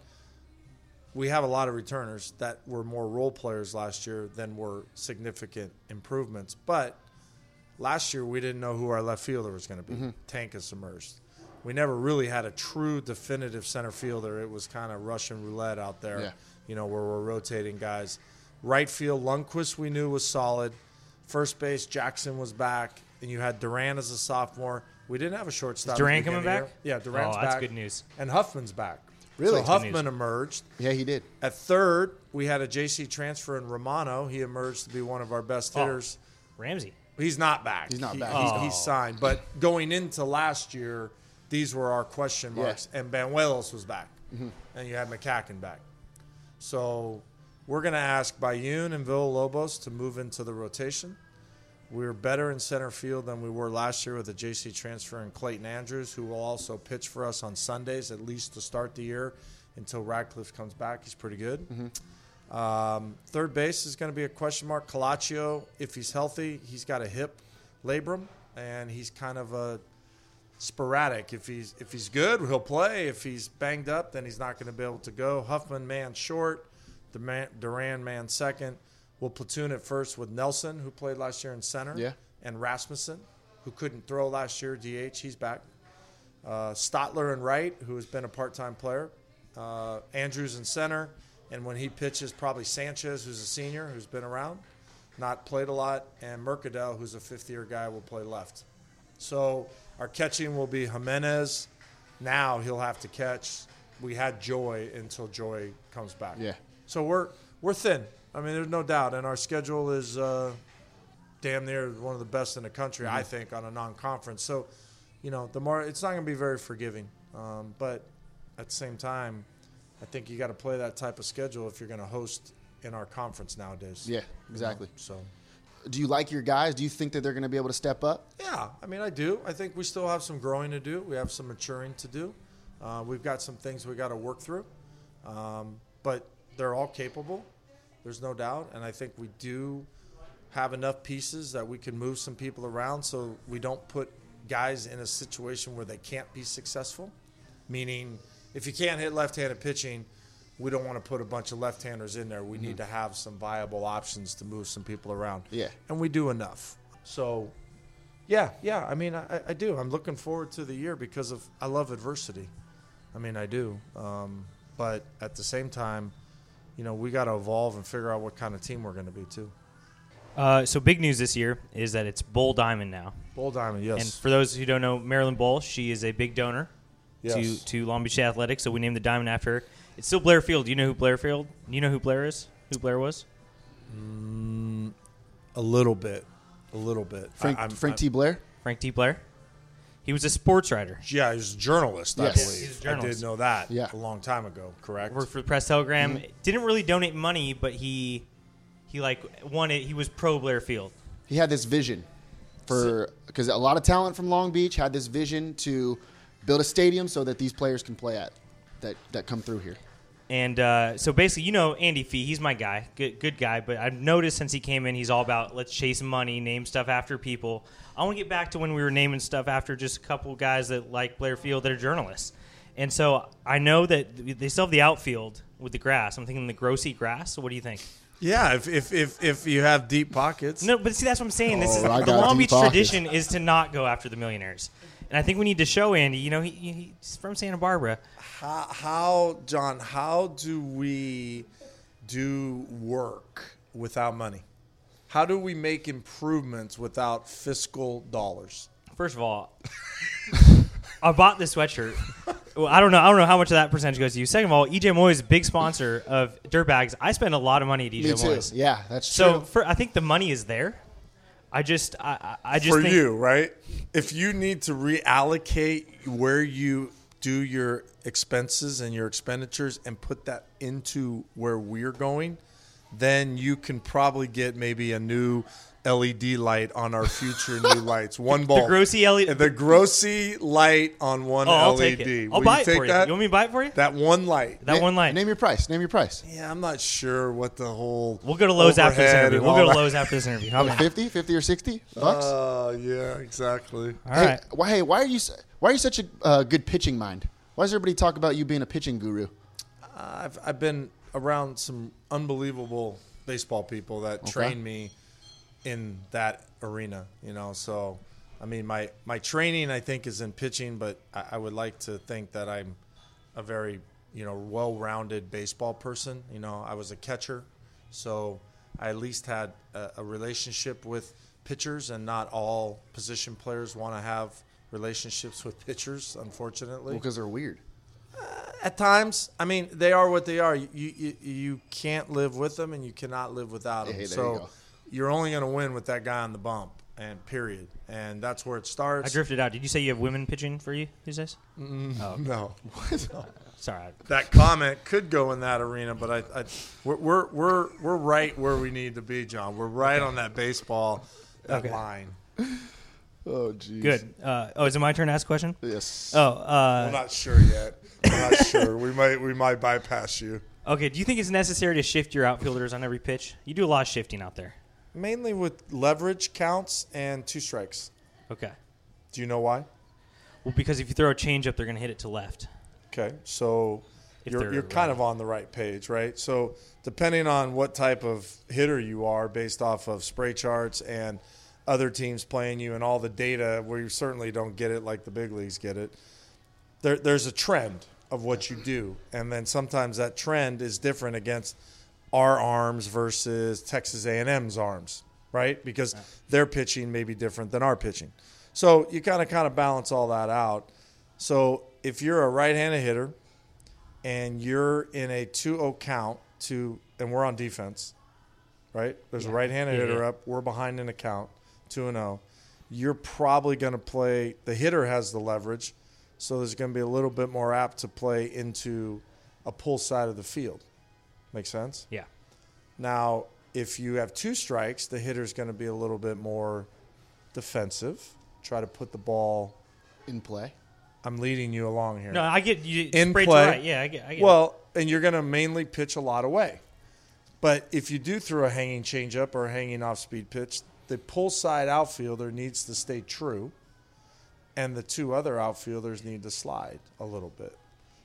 [SPEAKER 6] we have a lot of returners that were more role players last year than were significant improvements. But last year we didn't know who our left fielder was going to be.
[SPEAKER 3] Mm-hmm.
[SPEAKER 6] Tank is submerged. We never really had a true definitive center fielder. It was kind of Russian roulette out there,
[SPEAKER 3] Yeah.
[SPEAKER 6] you know, where we're rotating guys. Right field, Lundquist we knew was solid. First base, Jackson was back, and you had Duran as a sophomore. We didn't have a shortstop. at the
[SPEAKER 7] Duran
[SPEAKER 6] beginning
[SPEAKER 7] coming
[SPEAKER 6] of
[SPEAKER 7] back?
[SPEAKER 6] the year. Yeah, Duran's
[SPEAKER 7] Oh, that's
[SPEAKER 6] back.
[SPEAKER 7] good news.
[SPEAKER 6] And Huffman's back.
[SPEAKER 3] Really?
[SPEAKER 6] So
[SPEAKER 3] That's
[SPEAKER 7] good news.
[SPEAKER 6] Huffman emerged.
[SPEAKER 3] Yeah, he did.
[SPEAKER 6] At third, we had a JC transfer in Romano. He emerged to be one of our
[SPEAKER 7] Oh.
[SPEAKER 6] best hitters.
[SPEAKER 7] Ramsey.
[SPEAKER 6] He's not back.
[SPEAKER 3] He's not
[SPEAKER 6] He-
[SPEAKER 3] back.
[SPEAKER 6] He's, he's signed. But going into last year, these were our question marks. And Banuelos was back.
[SPEAKER 3] Mm-hmm.
[SPEAKER 6] And you had McCacken back. So we're going to ask Bayun and Villalobos to move into the rotation. We're better in center field than we were last year with the JC transfer and Clayton Andrews, who will also pitch for us on Sundays, at least to start the year until Radcliffe comes back. He's pretty good.
[SPEAKER 3] Mm-hmm.
[SPEAKER 6] Um, third base is going to be a question mark. Calaccio, if he's healthy, he's got a hip labrum, and he's kind of a sporadic. If he's if he's good, he'll play. If he's banged up, then he's not going to be able to go. Huffman man short, Duran, Duran man second. We'll platoon at first with Nelson, who played last year in center,
[SPEAKER 3] Yeah.
[SPEAKER 6] and Rasmussen, who couldn't throw last year, DH, he's back. Uh, Stotler and Wright, who has been a part-time player. Uh, Andrews in center, and when he pitches, probably Sanchez, who's a senior, who's been around, not played a lot, and Mercadal, who's a fifth-year guy, will play left. So our catching will be Jimenez. Now he'll have to catch. We had Joy until Joy comes back.
[SPEAKER 3] Yeah.
[SPEAKER 6] So we're we're thin. I mean, there's no doubt, and our schedule is uh, damn near one of the best in the country, I
[SPEAKER 3] Mm-hmm.
[SPEAKER 7] Mhm.
[SPEAKER 6] think, on a non-conference. So, you know, the more it's not going to be very forgiving, um, but at the same time, I think you got to play that type of schedule if you're going to host in our conference nowadays.
[SPEAKER 3] Yeah,
[SPEAKER 6] You know,
[SPEAKER 3] exactly.
[SPEAKER 6] So,
[SPEAKER 3] do you like your guys? Do you think that they're going to be able to step up?
[SPEAKER 6] Yeah, I mean, I do. I think we still have some growing to do. We have some maturing to do. Uh, we've got some things we got to work through, um, but they're all capable. There's no doubt, and I think we do have enough pieces that we can move some people around so we don't put guys in a situation where they can't be successful. Meaning, if you can't hit left-handed pitching, we don't want to put a bunch of left-handers in there. We need to have some viable options to move some people around.
[SPEAKER 3] Yeah.
[SPEAKER 6] and we do enough. So yeah, yeah. I mean, I, I do. I'm looking forward to the year because of I love adversity. I mean, I do. Um, but at the same time, you know, we got to evolve and figure out what kind of team we're going to be too.
[SPEAKER 4] Uh, so big news this year is that it's Bull Diamond now.
[SPEAKER 6] Bull Diamond, yes.
[SPEAKER 4] And for those who don't know, Marilyn Bull, she is a big donor
[SPEAKER 6] Yes.
[SPEAKER 4] to to Long Beach Athletics. So we named the diamond after her. It's still Blair Field. You know who Blair Field? You know who Blair is? Who Blair was?
[SPEAKER 6] Mm, a little bit, a little bit.
[SPEAKER 3] Frank- Frank T. Blair?
[SPEAKER 4] Frank T. Blair. He was a sports writer.
[SPEAKER 6] Yeah, he was a journalist. I
[SPEAKER 4] Yes.
[SPEAKER 6] believe.
[SPEAKER 4] He was a
[SPEAKER 6] I
[SPEAKER 4] journalist.
[SPEAKER 6] did know that. Yeah. a long time ago. Correct.
[SPEAKER 4] Worked for the Press Telegram. Didn't really donate money, but he he like wanted. He was pro Blair Field.
[SPEAKER 3] He had this vision for because a lot of talent from Long Beach had this vision to build a stadium so that these players can play at that that come through here.
[SPEAKER 4] And uh, so basically, you know, Andy Fee, he's my guy, good, good guy. But I've noticed since he came in, he's all about let's chase money, name stuff after people. I want to get back to when we were naming stuff after just a couple guys that like Blair Field that are journalists. And so I know that th- they still have the outfield with the grass. I'm thinking the grossy grass. What do you think?
[SPEAKER 6] Yeah, if if if, if you have deep pockets.
[SPEAKER 4] No, but see, that's what I'm saying. This is
[SPEAKER 6] Oh, I
[SPEAKER 4] the
[SPEAKER 6] got
[SPEAKER 4] Long
[SPEAKER 6] deep
[SPEAKER 4] Beach
[SPEAKER 6] pockets.
[SPEAKER 4] tradition is to not go after the millionaires. And I think we need to show Andy. You know, he, he, he's from Santa Barbara.
[SPEAKER 6] How, how John? How do we do work without money? How do we make improvements without fiscal dollars?
[SPEAKER 4] First of all, I bought this sweatshirt. Well, I don't know. I don't know how much of that percentage goes to you. Second of all, EJ Moy is a big sponsor of Dirtbags. I spend a lot of money at EJ
[SPEAKER 3] Me too.
[SPEAKER 4] Moy's.
[SPEAKER 3] Yeah, that's
[SPEAKER 4] so.
[SPEAKER 3] true.
[SPEAKER 4] For, I think the money is there. I just, I, I I just
[SPEAKER 6] for
[SPEAKER 4] think,
[SPEAKER 6] you, right? If you need to reallocate where you do your expenses and your expenditures and put that into where we're going, then you can probably get maybe a new LED light on our future new lights. One bulb.
[SPEAKER 4] grossy LED
[SPEAKER 6] The grossy light on one
[SPEAKER 4] Oh, I'll
[SPEAKER 6] LED.
[SPEAKER 4] take it. I'll
[SPEAKER 6] Will
[SPEAKER 4] buy
[SPEAKER 6] you
[SPEAKER 4] it
[SPEAKER 6] take
[SPEAKER 4] for you.
[SPEAKER 6] that?
[SPEAKER 4] You want me to buy it for you?
[SPEAKER 6] That one light.
[SPEAKER 4] That one light.
[SPEAKER 3] Name your price. Name your price.
[SPEAKER 6] Yeah, I'm not sure what the whole.
[SPEAKER 4] We'll go to Lowe's after this
[SPEAKER 6] overhead
[SPEAKER 4] interview.
[SPEAKER 6] and
[SPEAKER 4] We'll
[SPEAKER 6] all
[SPEAKER 4] go to
[SPEAKER 6] that-
[SPEAKER 4] Lowe's after this interview. How
[SPEAKER 3] Like
[SPEAKER 4] about
[SPEAKER 3] 50, 50 or 60 bucks?
[SPEAKER 6] Uh, yeah, exactly.
[SPEAKER 4] All
[SPEAKER 3] hey,
[SPEAKER 4] right.
[SPEAKER 3] why- hey, why are you s- why are you such a uh, good pitching mind? Why does everybody talk about you being a pitching guru?
[SPEAKER 6] I've I've been around some unbelievable baseball people that
[SPEAKER 3] Okay.
[SPEAKER 6] train me in that arena. You know, so I mean, my my training I think is in pitching, but I, I would like to think that I'm a very you know well-rounded baseball person. You know, I was a catcher, so I at least had a, a relationship with pitchers, and not all position players want to have relationships with pitchers, unfortunately.
[SPEAKER 3] Because they're weird.
[SPEAKER 6] At times, I mean, they are what they are. You you, you can't live with them, and you cannot live without them.
[SPEAKER 3] Hey, there you
[SPEAKER 6] so
[SPEAKER 3] go.
[SPEAKER 6] you are only going to win with that guy on the bump, and period. And that's where it starts.
[SPEAKER 4] I drifted out. Did you say you have women pitching for you these days?
[SPEAKER 6] Mm,
[SPEAKER 4] Oh, okay.
[SPEAKER 6] No,
[SPEAKER 4] Sorry.
[SPEAKER 6] That comment could go in that arena, but I, I we're, we're we're we're right where we need to be, John. We're right on that baseball that
[SPEAKER 4] Okay.
[SPEAKER 6] line.
[SPEAKER 3] Oh, jeez.
[SPEAKER 4] Good. Uh, oh, is it my turn to ask a question?
[SPEAKER 3] Yes.
[SPEAKER 4] Oh, uh,
[SPEAKER 6] we're not sure yet. We're not sure. We might we might bypass you.
[SPEAKER 4] Okay, do you think it's necessary to shift your outfielders on every pitch? You do a lot of shifting out there.
[SPEAKER 6] Mainly with leverage counts and two strikes.
[SPEAKER 4] Okay.
[SPEAKER 6] Do you know why?
[SPEAKER 4] Well, because if you throw a changeup, they're going to hit it to left.
[SPEAKER 6] Okay, so
[SPEAKER 4] If
[SPEAKER 6] you're,
[SPEAKER 4] they're
[SPEAKER 6] you're kind of on the right page, right? So depending on what type of hitter you are, based off of spray charts and other teams playing you and all the data where you certainly don't get it like the big leagues get it. There, there's a trend of what you do, and then sometimes that trend is different against our arms versus Texas A&M's arms, right? Because their pitching may be different than our pitching. So you kind of kind of balance all that out. So if you're a right-handed hitter and you're in a 2-0 count to and we're on defense, right? There's a right-handed
[SPEAKER 4] Yeah,
[SPEAKER 6] hitter
[SPEAKER 4] yeah.
[SPEAKER 6] up. We're behind in a count, 2 and 0. You're probably going to play the hitter has the leverage, so there's going to be a little bit more apt to play into a pull side of the field. Make sense?
[SPEAKER 4] Yeah.
[SPEAKER 6] Now, if you have two strikes, the hitter's going to be a little bit more defensive. Try to put the ball
[SPEAKER 3] in play.
[SPEAKER 6] I'm leading you along here.
[SPEAKER 4] No, I get you
[SPEAKER 6] in
[SPEAKER 4] spread
[SPEAKER 6] play.
[SPEAKER 4] to right. Yeah, I get- I get it.
[SPEAKER 6] well, and you're going to mainly pitch a lot away. But if you do throw a hanging changeup or a hanging off-speed pitch, the pull side outfielder needs to stay true, and the two other outfielders need to slide a little bit.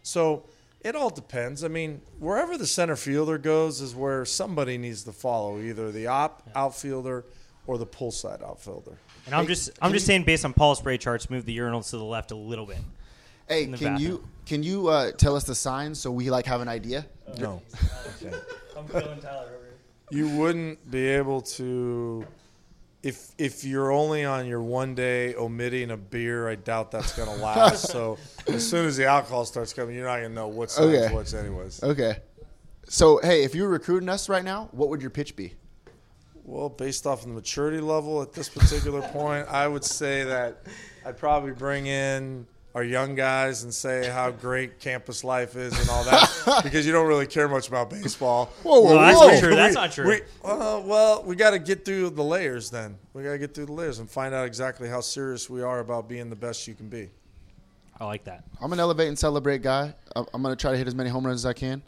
[SPEAKER 6] So it all depends. I mean, wherever the center fielder goes is where somebody needs to follow, either the op outfielder or the pull side outfielder.
[SPEAKER 4] And I'm just I'm just saying based on Paul's spray charts, move the urinals to the left a little bit.
[SPEAKER 3] Hey,
[SPEAKER 4] In
[SPEAKER 3] can
[SPEAKER 4] the bathroom.
[SPEAKER 3] you can you uh, tell us the signs so we like have an idea?
[SPEAKER 6] No.
[SPEAKER 4] I'm killing Tyler over here.
[SPEAKER 6] you wouldn't be able to if if you're only on your one day omitting a beer i doubt that's going to last so as soon as the alcohol starts coming you're not going to know what's
[SPEAKER 3] Okay.
[SPEAKER 6] what's anyways
[SPEAKER 3] Okay. So hey, if you were recruiting us right now, what would your pitch be?
[SPEAKER 6] well based off of the maturity level at this particular point i would say that i'd probably bring in our young guys and say how great campus life is and all that because you don't really care much about baseball
[SPEAKER 3] Whoa, whoa,
[SPEAKER 4] No, Oh, that's
[SPEAKER 3] whoa.
[SPEAKER 4] not true. That's
[SPEAKER 6] we-
[SPEAKER 4] not true.
[SPEAKER 6] we- uh, well, we got to get through the layers then. We got to get through the layers and find out exactly how serious we are about being the best you can be.
[SPEAKER 4] I like that.
[SPEAKER 3] I'm an elevate and celebrate guy. I- I'm gonna try to hit as many home runs as I can.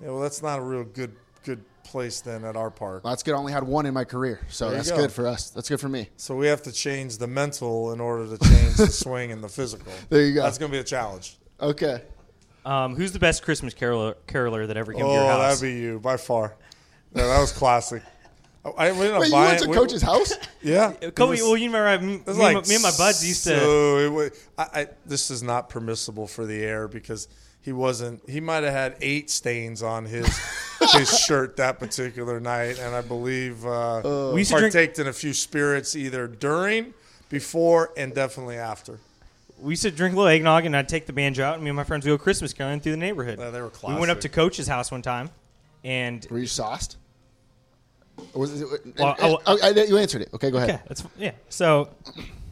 [SPEAKER 6] Yeah, well, that's not a real good good place then at our park.
[SPEAKER 3] That's good. I only had one in my career, so
[SPEAKER 6] There you
[SPEAKER 3] that's
[SPEAKER 6] go.
[SPEAKER 3] good for us. That's good for me.
[SPEAKER 6] So we have to change the mental in order to change the swing and the physical.
[SPEAKER 3] There you go.
[SPEAKER 6] That's going to be a challenge.
[SPEAKER 3] Okay.
[SPEAKER 4] Um, who's the best Christmas caroler, caroler that ever came to
[SPEAKER 6] Oh,
[SPEAKER 4] your house?
[SPEAKER 6] that'd be you by far. Yeah, that was classic. I, I we ended up
[SPEAKER 3] Wait, you
[SPEAKER 6] buying-
[SPEAKER 3] went to
[SPEAKER 6] we-
[SPEAKER 3] coach's house?
[SPEAKER 6] Yeah.
[SPEAKER 4] Kobe,
[SPEAKER 6] It was-
[SPEAKER 4] well, you remember me,
[SPEAKER 6] It was
[SPEAKER 4] me and
[SPEAKER 6] like
[SPEAKER 4] my- me and my buds used to.
[SPEAKER 6] So it wa- I, I, this is not permissible for the air because he wasn't. He might have had eight stains on his his shirt that particular night, and I believe uh,
[SPEAKER 4] We used to drink-
[SPEAKER 6] partaked in a few spirits either during, before, and definitely after.
[SPEAKER 4] we used to drink a little eggnog, and I'd take the banjo out, and me and my friends would go Christmas caroling through the neighborhood.
[SPEAKER 6] Yeah, they were
[SPEAKER 4] We went up to
[SPEAKER 6] classic.
[SPEAKER 4] Coach's house one time, and
[SPEAKER 3] Were you sauced? Or was it,
[SPEAKER 4] Well, I-
[SPEAKER 3] oh, I- you answered it. Okay, go ahead.
[SPEAKER 4] yeah, that's yeah. So,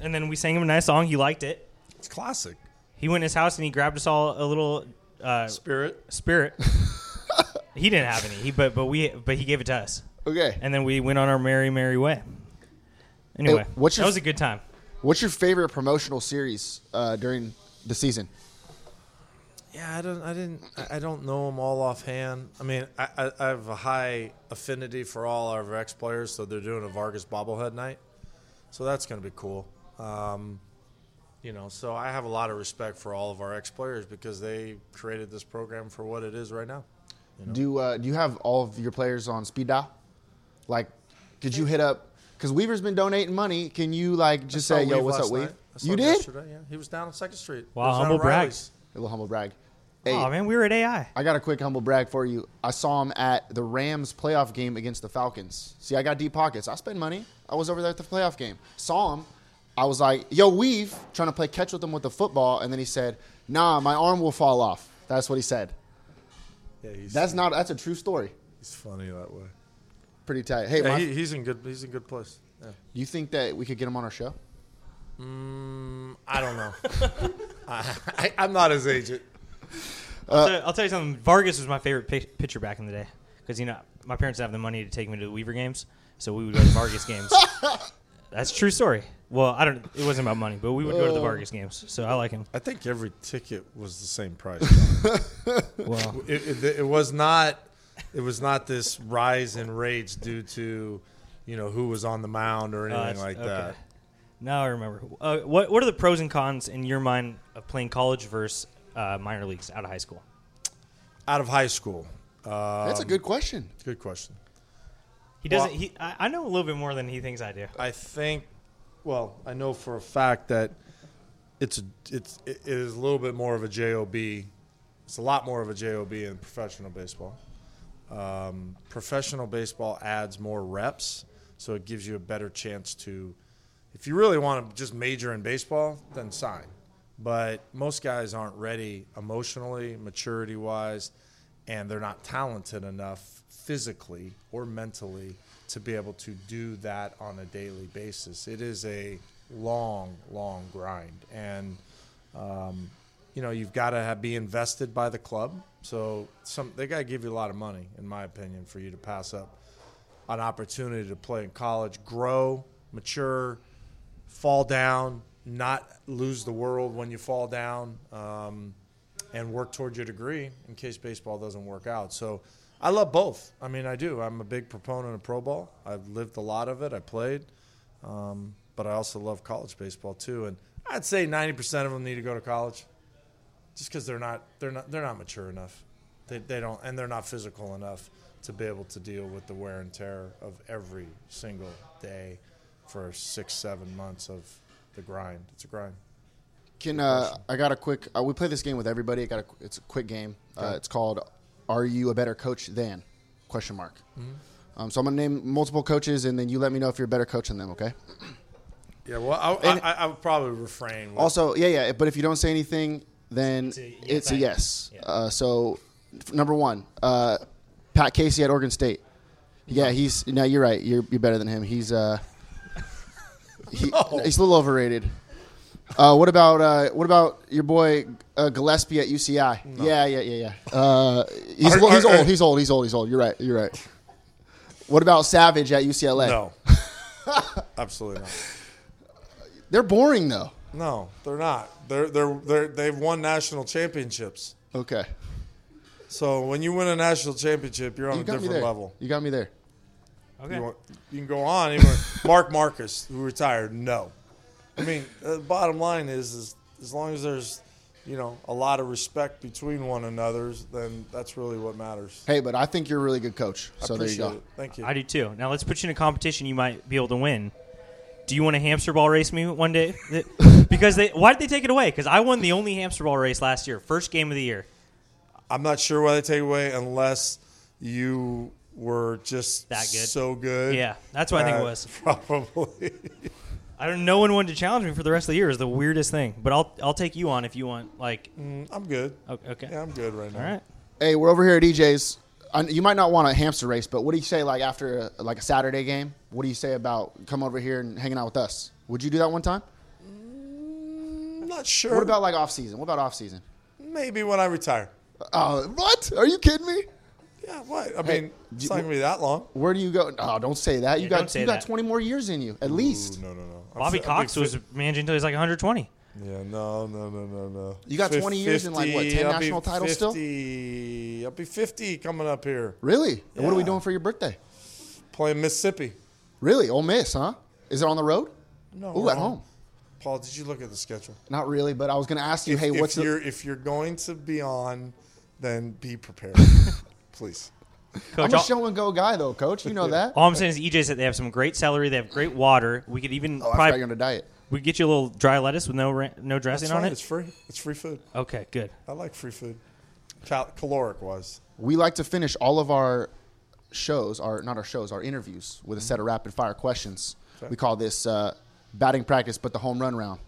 [SPEAKER 4] and then we sang him a nice song. He liked it.
[SPEAKER 6] It's classic
[SPEAKER 4] He went in his house and he grabbed us all a little uh,
[SPEAKER 6] spirit.
[SPEAKER 4] spirit. he didn't have any, he, but but we but he gave it to us,
[SPEAKER 3] Okay.
[SPEAKER 4] and then we went on our merry merry way. Anyway,
[SPEAKER 3] what's your-
[SPEAKER 4] that was a good time.
[SPEAKER 3] What's your favorite promotional series uh, during the season?
[SPEAKER 6] Yeah, I don't. I didn't. I- I don't know them all offhand. I mean, I, I, I have a high affinity for all our ex players, so they're doing a Vargas bobblehead night, so that's going to be cool. Um, you know, so I have a lot of respect for all of our ex players because they created this program for what it is right now.
[SPEAKER 3] Do uh, do you have all of your players on speed dial? Like, could you hit up? Because Weaver's been donating money. Can you like just
[SPEAKER 6] I saw
[SPEAKER 3] say, "Yo,
[SPEAKER 6] Weave
[SPEAKER 3] what's
[SPEAKER 6] last
[SPEAKER 3] up, Weave?"
[SPEAKER 6] night. I saw
[SPEAKER 3] You
[SPEAKER 6] him
[SPEAKER 3] did.
[SPEAKER 6] Yesterday, yeah. He was down on Second Street.
[SPEAKER 4] Wow,
[SPEAKER 6] He was down
[SPEAKER 4] humble
[SPEAKER 6] at
[SPEAKER 4] brag.
[SPEAKER 6] Riley's.
[SPEAKER 3] A little humble brag. Hey,
[SPEAKER 4] Oh man, we were at AI.
[SPEAKER 3] I got a quick humble brag for you. I saw him at the Rams playoff game against the Falcons. See, I got deep pockets. I spend money. I was over there at the playoff game. Saw him. I was like, yo, Weave, trying to play catch with him with the football. And then he said, nah, my arm will fall off. That's what he said.
[SPEAKER 6] Yeah, he's,
[SPEAKER 3] That's not, that's a true story.
[SPEAKER 6] he's funny that way.
[SPEAKER 3] Pretty tight. Hey,
[SPEAKER 6] Yeah,
[SPEAKER 3] my-
[SPEAKER 6] he, he's in good. He's in good place. Yeah.
[SPEAKER 3] do you think that we could get him on our show?
[SPEAKER 6] I don't know. I, I, I'm not his agent.
[SPEAKER 3] Uh,
[SPEAKER 4] I'll tell- I'll tell you something. Vargas was my favorite pic- pitcher back in the day because you know my parents didn't have the money to take me to the Weaver games, so we would go to Vargas games. That's a true story. Well, I don't. It wasn't about money, but we would go to the Vargas games. So I like him.
[SPEAKER 6] I think every ticket was the same price.
[SPEAKER 4] Well,
[SPEAKER 6] it, it, it was not. It was not this rise in rates due to, you know, who was on the mound or anything like that.
[SPEAKER 4] Now I remember. Uh, what What are the pros and cons in your mind of playing college versus uh, minor leagues out of high school?
[SPEAKER 6] Out of high school, uh,
[SPEAKER 3] That's a good question.
[SPEAKER 6] good question.
[SPEAKER 7] He doesn't. he, I, I know a little bit more than he thinks I do.
[SPEAKER 6] I think, well, I know for a fact that it's a, it's it is a little bit more of a job. It's a lot more of a job in professional baseball. Um, professional baseball adds more reps, so it gives you a better chance to. If you really want to just major in baseball, then sign. But most guys aren't ready emotionally, maturity wise, and they're not talented enough physically or mentally to be able to do that on a daily basis. It is a long, long grind, and um, you know you've got to have, be invested by the club. So some they got to give you a lot of money, in my opinion, for you to pass up an opportunity to play in college, grow, mature, fall down, not lose the world when you fall down. Um, and work toward your degree in case baseball doesn't work out. So I love both. I mean, I do. I'm a big proponent of pro ball. I've lived a lot of it. I played, um, but I also love college baseball too. And I'd say 90% of them need to go to college, just because they're not they're not they're not mature enough. They, they don't and they're not physical enough to be able to deal with the wear and tear of every single day for six seven months of the grind. It's a grind.
[SPEAKER 3] Can uh, I got a quick? Uh, we play this game with everybody. I got a, it's a quick game. Uh, it's called "Are you a better coach than?" Question mark.
[SPEAKER 6] Mhm.
[SPEAKER 3] Um, so I'm gonna name multiple coaches, and then you let me know if you're a better coach than them. Okay.
[SPEAKER 6] Yeah, well, I,
[SPEAKER 3] And-
[SPEAKER 6] I, I would probably refrain. with-
[SPEAKER 3] Also, yeah, yeah. But if you don't say anything, then it's a, yes. Uh, so f- number one, uh, Pat Casey at Oregon State. Yeah, he's. No, you're right. You're you're better than him. He's uh, he, he's a little overrated. Uh, what about uh, what about your boy uh, Gillespie at UCI? Yeah, yeah, yeah, yeah. Uh, he's,
[SPEAKER 6] Are-
[SPEAKER 3] well, he's
[SPEAKER 6] are-
[SPEAKER 3] old. He's old. He's old. He's old. You're right. You're right. What about Savage at UCLA?
[SPEAKER 6] No. Absolutely not.
[SPEAKER 3] They're boring though.
[SPEAKER 6] No, they're not. They're they're they're they've won national championships.
[SPEAKER 3] Okay.
[SPEAKER 6] So when you win a national championship, you're on
[SPEAKER 3] You
[SPEAKER 6] a
[SPEAKER 3] got me
[SPEAKER 6] different
[SPEAKER 3] there.
[SPEAKER 6] level.
[SPEAKER 3] You got me there.
[SPEAKER 6] Okay. You, want- you can go on. Even Mark Marcus, who retired, no. I mean, the bottom line is, is as long as there's, you know, a lot of respect between one another's, then that's really what matters.
[SPEAKER 3] Hey, but I think you're a really good coach.
[SPEAKER 6] I
[SPEAKER 3] So there you
[SPEAKER 6] appreciate
[SPEAKER 3] go.
[SPEAKER 6] it. Thank you.
[SPEAKER 4] I do too. Now let's put you in a competition you might be able to win. Do you want to hamster ball race me one day? Th- because they why did they take it away? Because I won the only hamster ball race last year, first game of the year.
[SPEAKER 6] I'm not sure why they take it away unless you were just
[SPEAKER 4] That good?
[SPEAKER 6] so good. Uh,
[SPEAKER 4] Yeah, that's what I think it was.
[SPEAKER 6] Probably.
[SPEAKER 4] I don't. No one wanted to challenge me for the rest of the year. Is the weirdest thing. But I'll I'll take you on if you want. Like
[SPEAKER 6] Mm, I'm good.
[SPEAKER 4] Oh, okay,
[SPEAKER 6] yeah, I'm good right now.
[SPEAKER 4] all right.
[SPEAKER 3] Hey, we're over here at EJ's. I, you might not want a hamster race, but what do you say like after a, like a Saturday game? What do you say about come over here and hanging out with us? Would you do that one time?
[SPEAKER 6] I'm not sure.
[SPEAKER 3] What about like off season? What about off season?
[SPEAKER 6] maybe when I retire? Uh,
[SPEAKER 3] Oh, what? Are you kidding me?
[SPEAKER 6] Yeah, what? I
[SPEAKER 3] Hey,
[SPEAKER 6] mean,
[SPEAKER 3] do-
[SPEAKER 6] it's not gonna be that long.
[SPEAKER 3] Where do you go? Oh, don't say that. You
[SPEAKER 4] Yeah,
[SPEAKER 3] got
[SPEAKER 4] don't say
[SPEAKER 3] you got
[SPEAKER 4] that.
[SPEAKER 3] 20 more years in you at least.
[SPEAKER 6] Ooh, no, no, no. I'm
[SPEAKER 4] Bobby
[SPEAKER 6] fi- I'm
[SPEAKER 4] Cox
[SPEAKER 6] big
[SPEAKER 4] was
[SPEAKER 6] fi-
[SPEAKER 4] managing until he's like 120.
[SPEAKER 6] Yeah, no, no, no, no, no.
[SPEAKER 3] You got
[SPEAKER 6] Fif-
[SPEAKER 3] 20 years and, like, what, 10
[SPEAKER 6] I'll be
[SPEAKER 3] national titles still?
[SPEAKER 6] 50. I'll be 50 coming up here
[SPEAKER 3] Really? And what are we
[SPEAKER 6] Yeah.
[SPEAKER 3] doing for your birthday?
[SPEAKER 6] playing Mississippi.
[SPEAKER 3] Really? Ole Miss, huh? Is it on the road?
[SPEAKER 6] No,
[SPEAKER 3] Ooh,
[SPEAKER 6] we're
[SPEAKER 3] at home.
[SPEAKER 6] Paul, did you look at the schedule?
[SPEAKER 3] Not really, but I was going to ask you, hey,
[SPEAKER 6] if
[SPEAKER 3] what's the
[SPEAKER 6] you're if you're going to be on, then be prepared, please.
[SPEAKER 4] Coach,
[SPEAKER 3] I'm a
[SPEAKER 4] all,
[SPEAKER 3] show and go guy though, coach. You know that?
[SPEAKER 4] all I'm saying is EJ said they have some great celery. They have great water. We could even
[SPEAKER 3] Oh, I forgot
[SPEAKER 4] probably
[SPEAKER 3] you're on a diet.
[SPEAKER 4] we could get you a little dry lettuce with no ra- no dressing
[SPEAKER 6] It's
[SPEAKER 4] on
[SPEAKER 6] fine,
[SPEAKER 4] it.
[SPEAKER 6] It's free. It's free food.
[SPEAKER 4] Okay, good.
[SPEAKER 6] I like free food. Cal- caloric wise.
[SPEAKER 3] We like to finish all of our shows, our not our shows, our interviews with a set of rapid fire questions. We call this uh, batting practice, but the home run round.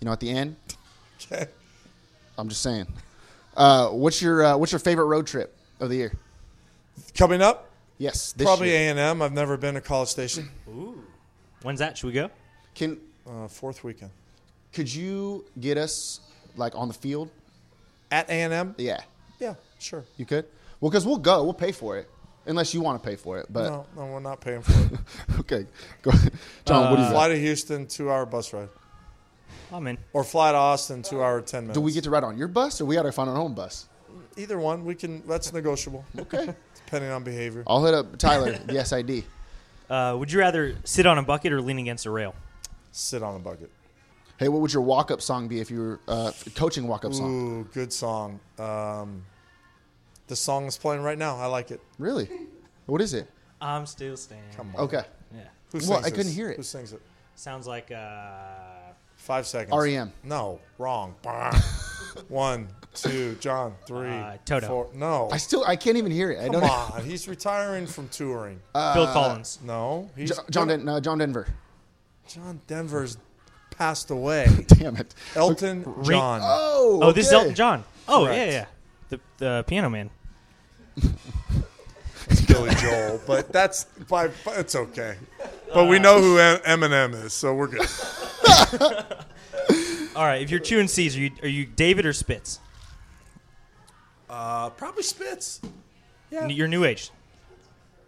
[SPEAKER 3] You know, at the end,
[SPEAKER 6] Okay.
[SPEAKER 3] I'm just saying. Uh, what's your uh, what's your favorite road trip of the year?
[SPEAKER 6] Coming up,
[SPEAKER 3] Yes, this
[SPEAKER 6] probably
[SPEAKER 3] year.
[SPEAKER 6] A and M. I've never been to College Station.
[SPEAKER 4] When's that? Should we go?
[SPEAKER 3] Can
[SPEAKER 6] Uh, fourth weekend
[SPEAKER 3] could you get us like on the field?
[SPEAKER 6] at A and M.
[SPEAKER 3] Yeah,
[SPEAKER 6] Yeah, sure.
[SPEAKER 3] you could. Well, because we'll go, we'll pay for it, unless you want to pay for it. But
[SPEAKER 6] No, no, we're not paying for it.
[SPEAKER 3] okay, go ahead. John.
[SPEAKER 4] Uh,
[SPEAKER 3] what do you got?
[SPEAKER 6] fly to Houston, two-hour bus ride,
[SPEAKER 4] I'm in.
[SPEAKER 6] or fly to Austin, two-hour ten minutes.
[SPEAKER 3] Do we get to ride on your bus, or we got to find our own bus?
[SPEAKER 6] either one? We can. That's negotiable. Okay. Depending on behavior.
[SPEAKER 3] I'll hit up Tyler, the SID.
[SPEAKER 4] Uh, would you rather sit on a bucket or lean against a rail?
[SPEAKER 6] Sit on a bucket.
[SPEAKER 3] Hey, what would your walk-up song be if you were uh, coaching walk-up song?
[SPEAKER 6] Ooh, good song. Um, the song is playing right now. I like it.
[SPEAKER 3] Really? What is it?
[SPEAKER 4] I'm still standing.
[SPEAKER 6] Come on.
[SPEAKER 3] Okay.
[SPEAKER 4] Yeah.
[SPEAKER 6] Who
[SPEAKER 3] Well,
[SPEAKER 6] sings
[SPEAKER 3] I couldn't
[SPEAKER 6] this?
[SPEAKER 3] hear it.
[SPEAKER 6] Who sings it?
[SPEAKER 4] Sounds like uh,
[SPEAKER 6] Five seconds.
[SPEAKER 3] R.E.M..
[SPEAKER 6] No, wrong. One, two, John, three,
[SPEAKER 4] Uh, Toto.
[SPEAKER 6] four- No.
[SPEAKER 3] I still I can't even hear it. I
[SPEAKER 6] Come
[SPEAKER 3] don't.
[SPEAKER 6] on. He's retiring from touring.
[SPEAKER 4] Bill Collins.
[SPEAKER 6] no. He's,
[SPEAKER 3] Uh, Jo- John Den- no, John Denver.
[SPEAKER 6] John Denver's passed away.
[SPEAKER 3] Damn it.
[SPEAKER 6] Elton John.
[SPEAKER 3] Oh.
[SPEAKER 4] Oh, this is
[SPEAKER 3] okay.
[SPEAKER 4] Elton John. Oh yeah,
[SPEAKER 6] Correct.
[SPEAKER 4] yeah. The the Piano Man.
[SPEAKER 6] Billy Joel, but that's by, but it's okay. But we know who Em- Eminem is, so we're good.
[SPEAKER 4] All right, if you're chewing C's, are you are you David or Spitz?
[SPEAKER 6] Uh, probably Spitz. Yeah.
[SPEAKER 4] You're New Age.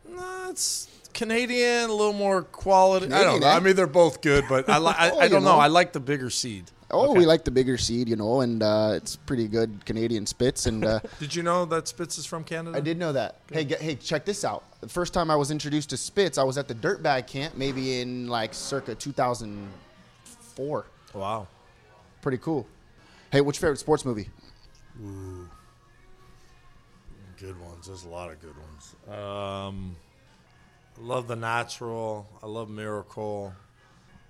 [SPEAKER 6] Nah, it's Canadian, a little more quality. I don't
[SPEAKER 3] Canadian,
[SPEAKER 6] know.
[SPEAKER 3] eh?
[SPEAKER 6] I mean, they're both good, but I, li- I,
[SPEAKER 3] Oh,
[SPEAKER 6] I
[SPEAKER 3] you
[SPEAKER 6] don't know.
[SPEAKER 3] know.
[SPEAKER 6] I like the bigger seed.
[SPEAKER 3] Oh, we like the bigger seed, you know, and uh, it's pretty good Canadian spits. And uh,
[SPEAKER 6] Did you know that Spitz is from Canada?
[SPEAKER 3] I did know that. Hey, get, hey, check this out. The first time I was introduced to spits, I was at the Dirtbag Camp, maybe in like circa 2004.
[SPEAKER 6] Wow.
[SPEAKER 3] Pretty cool. Hey, what's your favorite sports movie?
[SPEAKER 6] Good ones. There's a lot of good ones. Um, I love The Natural. I love Miracle.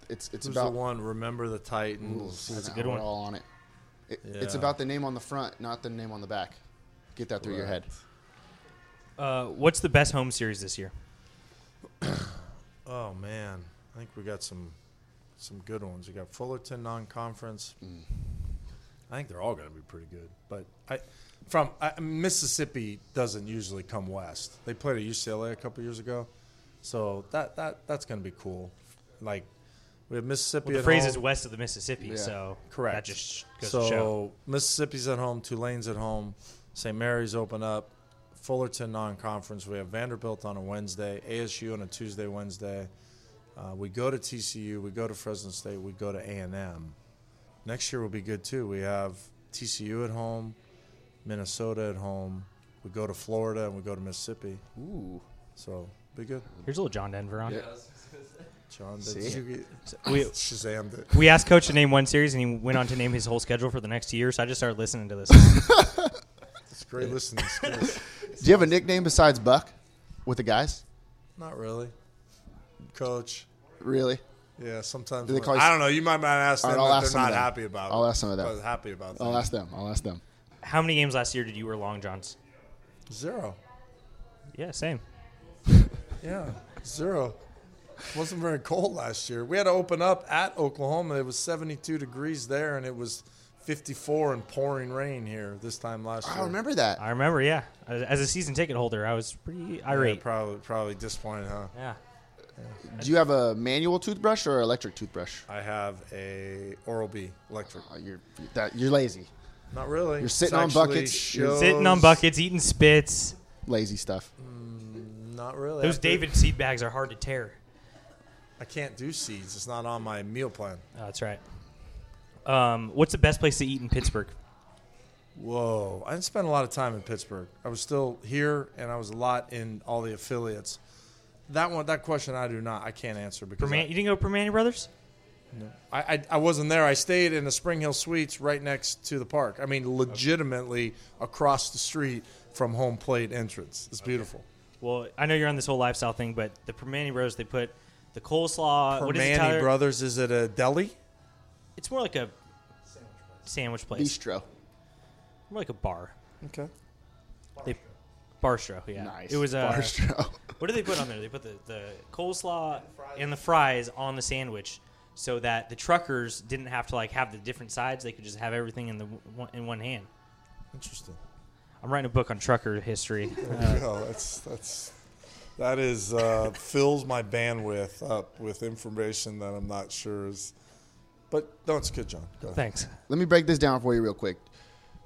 [SPEAKER 3] It's it's
[SPEAKER 6] Who's
[SPEAKER 3] about
[SPEAKER 6] the one? Remember the Titans.
[SPEAKER 3] That's
[SPEAKER 4] a good one.
[SPEAKER 3] All on it. It- It's
[SPEAKER 6] Yeah.
[SPEAKER 3] about the name on the front, not the name on the back. Get that through your head.
[SPEAKER 4] Uh, what's the best home series this year?
[SPEAKER 6] Oh man, I think we got some some good ones. We got Fullerton non-conference.
[SPEAKER 4] Mm.
[SPEAKER 6] I think they're all going to be pretty good. But I from I, Mississippi doesn't usually come west. They played at UCLA a couple years ago, so that that that's going to be cool. Like we have Mississippi.
[SPEAKER 4] Well, the
[SPEAKER 6] at
[SPEAKER 4] phrase
[SPEAKER 6] home.
[SPEAKER 4] is west of the Mississippi,
[SPEAKER 3] Yeah.
[SPEAKER 4] so
[SPEAKER 6] Correct.
[SPEAKER 4] That just goes
[SPEAKER 6] so
[SPEAKER 4] to show.
[SPEAKER 6] Mississippi's at home, Tulane's at home, St. Mary's open up, Fullerton non-conference. We have Vanderbilt on a Wednesday, ASU on a Tuesday, Wednesday. Uh, we go to TCU, we go to Fresno State, we go to A and M. Next year will be good too. We have TCU at home, Minnesota at home. We go to Florida and we go to Mississippi. Ooh, so be good.
[SPEAKER 4] Here's a little John Denver on. it.
[SPEAKER 6] John, did you get,
[SPEAKER 4] We
[SPEAKER 6] Shazammed it?
[SPEAKER 4] we asked Coach to name one series, and he went on to name his whole schedule for the next year. So I just started listening to this.
[SPEAKER 6] It's great listening skills.
[SPEAKER 3] Do you have a nickname besides Buck with the guys?
[SPEAKER 6] Not really, Coach.
[SPEAKER 3] Really?
[SPEAKER 6] Yeah, sometimes
[SPEAKER 3] Do they
[SPEAKER 6] when-
[SPEAKER 3] call you-
[SPEAKER 6] I don't know. You might not ask
[SPEAKER 3] All
[SPEAKER 6] them
[SPEAKER 3] right, I'll
[SPEAKER 6] that
[SPEAKER 3] ask
[SPEAKER 6] they're
[SPEAKER 3] some of
[SPEAKER 6] not
[SPEAKER 3] them.
[SPEAKER 6] happy about.
[SPEAKER 3] I'll
[SPEAKER 6] it,
[SPEAKER 3] ask some of them.
[SPEAKER 6] but happy about.
[SPEAKER 3] I'll
[SPEAKER 6] them.
[SPEAKER 3] ask them. I'll ask them.
[SPEAKER 4] How many games last year did you wear long johns?
[SPEAKER 6] zero.
[SPEAKER 4] Yeah, same.
[SPEAKER 6] Yeah, zero. It wasn't very cold last year. We had to open up at Oklahoma. It was 72 degrees there, and it was 54 and pouring rain here this time last year.
[SPEAKER 3] I remember that.
[SPEAKER 4] I remember. Yeah, as as a season ticket holder, I was pretty
[SPEAKER 6] Yeah,
[SPEAKER 4] irate.
[SPEAKER 6] probably probably disappointed, huh?
[SPEAKER 4] Yeah.
[SPEAKER 3] Do you have a manual toothbrush or electric toothbrush?
[SPEAKER 6] I have a Oral B electric.
[SPEAKER 3] Oh, you're that you're lazy.
[SPEAKER 6] Not really. You're
[SPEAKER 3] sitting on buckets. You're
[SPEAKER 4] Sitting on buckets, eating spits.
[SPEAKER 3] Lazy stuff.
[SPEAKER 4] Mm.
[SPEAKER 6] Not really.
[SPEAKER 4] Those
[SPEAKER 6] I-
[SPEAKER 4] David seed bags are hard to tear.
[SPEAKER 6] I can't do seeds. It's not on my meal plan.
[SPEAKER 4] Oh, that's right. Um, what's the best place to eat in Pittsburgh?
[SPEAKER 6] Whoa. I didn't spend a lot of time in Pittsburgh. I was still here and I was a lot in all the affiliates. That one that question I do not I can't answer because
[SPEAKER 4] Perman- you didn't go to Permani Brothers?
[SPEAKER 6] I, I I wasn't there. I stayed in the Spring Hill Suites right next to the park. I mean legitimately across the street from home plate entrance. It's beautiful.
[SPEAKER 4] Well, I know you're on this whole lifestyle thing, but the Permani Brothers, they put the coleslaw. what is it,
[SPEAKER 6] Permani
[SPEAKER 4] Tyler?
[SPEAKER 6] Brothers is it a deli?
[SPEAKER 4] It's more like a sandwich place.
[SPEAKER 3] Bistro.
[SPEAKER 4] More like a bar.
[SPEAKER 6] Okay.
[SPEAKER 4] They barstro, yeah.
[SPEAKER 3] Nice.
[SPEAKER 4] It was a.
[SPEAKER 3] Bistro.
[SPEAKER 4] What do they put on there? They put the, the coleslaw and the fries on the sandwich, so that the truckers didn't have to like have the different sides. They could just have everything in the one, in one hand.
[SPEAKER 6] Interesting.
[SPEAKER 4] I'm writing a book on trucker history.
[SPEAKER 6] No, that's that's that is uh, fills my bandwidth up with information that I'm not sure is. But no, it's good, John. Go ahead.
[SPEAKER 4] Thanks.
[SPEAKER 3] Let me break this down for you real quick.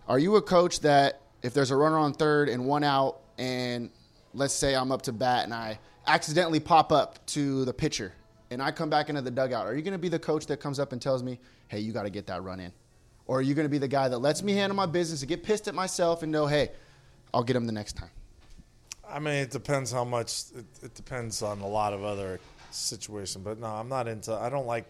[SPEAKER 3] Are you a coach that if there's a runner on third and one out, and let's say I'm up to bat and I accidentally pop up to the pitcher and I come back into the dugout, are you going to be the coach that comes up and tells me, hey, you got to get that run in? Or are you going to be the guy that lets me handle my business and get pissed at myself and know, hey, I'll get him the next time?
[SPEAKER 6] I mean, it depends how much. It, it depends on a lot of other situation. But no, I'm not into. I don't like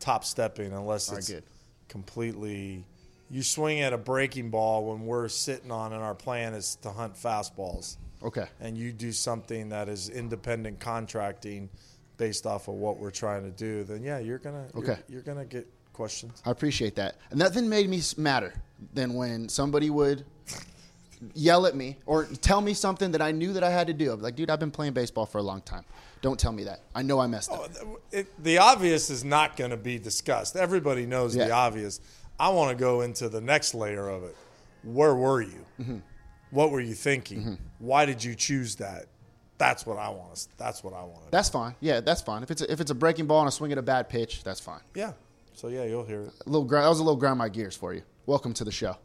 [SPEAKER 6] top stepping unless
[SPEAKER 3] All right,
[SPEAKER 6] it's
[SPEAKER 3] good.
[SPEAKER 6] completely. You swing at a breaking ball when we're sitting on, and our plan is to hunt fastballs.
[SPEAKER 3] Okay.
[SPEAKER 6] And you do something that is independent contracting based off of what we're trying to do, then yeah, you're gonna you're-
[SPEAKER 3] Okay.
[SPEAKER 6] you're gonna get questions.
[SPEAKER 3] I appreciate that. Nothing made me s- madder than when somebody would yell at me or tell me something that I knew that I had to do. I'm like, dude, I've been playing baseball for a long time. Don't tell me that. I know I messed
[SPEAKER 6] Oh,
[SPEAKER 3] up.
[SPEAKER 6] it, the obvious is not going to be discussed. Everybody knows the
[SPEAKER 3] Yeah.
[SPEAKER 6] obvious. I want to go into the next layer of it. Where were you?
[SPEAKER 3] Mm-hmm.
[SPEAKER 6] What were you thinking? Why did you choose that? That's what I want. To, that's what I want.
[SPEAKER 3] That's fine. Yeah, that's fine. If it's a, if it's a breaking ball and a swing at a bad pitch, that's fine.
[SPEAKER 6] Yeah. So yeah, you'll hear it.
[SPEAKER 3] A little grind. That was a little grind my gears for you. Welcome to the show.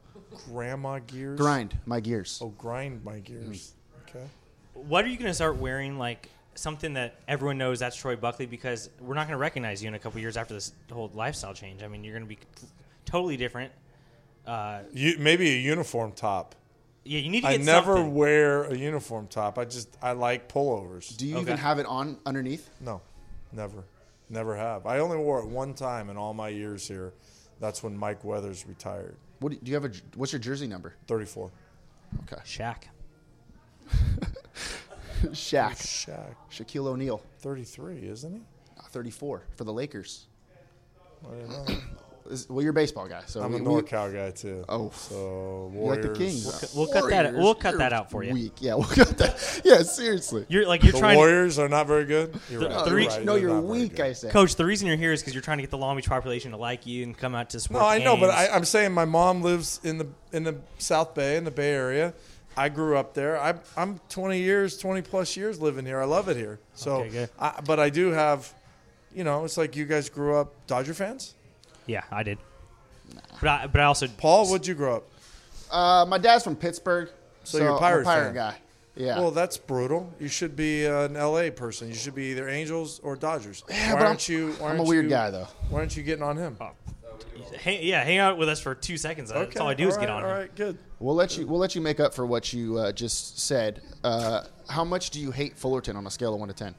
[SPEAKER 6] Grandma gears.
[SPEAKER 3] Grind Mm-hmm. my gears.
[SPEAKER 6] Oh, grind my gears. Okay.
[SPEAKER 4] What are you going to start wearing? Like something that everyone knows that's Troy Buckley because we're not going to recognize you in a couple years after this whole lifestyle change. I mean, you're going to be totally different. Uh,
[SPEAKER 6] You maybe a uniform top.
[SPEAKER 4] yeah, you need to
[SPEAKER 6] I
[SPEAKER 4] get
[SPEAKER 6] never
[SPEAKER 4] something.
[SPEAKER 6] wear a uniform top. I just I like pullovers.
[SPEAKER 3] Do you even have it on underneath?
[SPEAKER 6] No, never, never have. I only wore it one time in all my years here. That's when Mike Weathers retired.
[SPEAKER 3] What do do you have a? j- What's your jersey number?
[SPEAKER 6] Thirty-four.
[SPEAKER 3] Okay.
[SPEAKER 4] Shaq.
[SPEAKER 3] Shaq.
[SPEAKER 6] Shaq.
[SPEAKER 3] Shaquille O'Neal.
[SPEAKER 6] Thirty-three, isn't he?
[SPEAKER 3] 34 for the Lakers.
[SPEAKER 6] I don't know.
[SPEAKER 3] Is- Well, you're a baseball guy, so
[SPEAKER 6] I'm
[SPEAKER 3] we-
[SPEAKER 6] a
[SPEAKER 3] we-
[SPEAKER 6] NorCal guy too.
[SPEAKER 3] Oh.
[SPEAKER 6] so
[SPEAKER 3] you're like
[SPEAKER 6] Warriors.
[SPEAKER 3] the Kings.
[SPEAKER 4] We'll cut that. We'll cut that out for you.
[SPEAKER 3] Weak. Yeah, we'll cut that. Yeah, seriously.
[SPEAKER 4] You're like you're
[SPEAKER 6] The
[SPEAKER 4] trying.
[SPEAKER 6] Warriors are not very good. You're right.
[SPEAKER 4] three-
[SPEAKER 6] right,
[SPEAKER 3] no,
[SPEAKER 6] they're
[SPEAKER 3] you're
[SPEAKER 6] not very
[SPEAKER 3] weak.
[SPEAKER 6] good.
[SPEAKER 3] I said.
[SPEAKER 4] Coach, the reason you're here is because you're trying to get the Long Beach population to like you and come out to sports.
[SPEAKER 6] No, Oh, I know, but
[SPEAKER 4] games.
[SPEAKER 6] I, I'm saying my mom lives in the in the South Bay in the Bay Area. I grew up there. I, I'm 20 years, 20 plus years living here. I love it here. So,
[SPEAKER 4] Okay, good.
[SPEAKER 6] I, but I do have, you know, it's like you guys grew up Dodger fans.
[SPEAKER 4] yeah, I did. But I, but I also
[SPEAKER 6] Paul, what'd you grow up?
[SPEAKER 3] Uh, my dad's from Pittsburgh, so,
[SPEAKER 6] you're a
[SPEAKER 3] I'm
[SPEAKER 6] Pirate fan.
[SPEAKER 3] guy. Yeah.
[SPEAKER 6] Well, that's brutal. You should be an LA person. You should be either Angels or Dodgers.
[SPEAKER 3] Yeah,
[SPEAKER 6] why
[SPEAKER 3] but
[SPEAKER 6] aren't
[SPEAKER 3] I'm-
[SPEAKER 6] you? Why
[SPEAKER 3] I'm a
[SPEAKER 6] aren't
[SPEAKER 3] weird
[SPEAKER 6] you-
[SPEAKER 3] guy, though.
[SPEAKER 6] Why aren't you getting on him?
[SPEAKER 4] Hang, yeah, hang out with us for two seconds. Oh, That's all I do is
[SPEAKER 6] all
[SPEAKER 4] get
[SPEAKER 6] right,
[SPEAKER 4] on.
[SPEAKER 6] All
[SPEAKER 4] him.
[SPEAKER 6] right, good.
[SPEAKER 3] we'll let you. We'll let you make up for what you uh, just said. Uh, how much do you hate Fullerton on a scale of one to ten?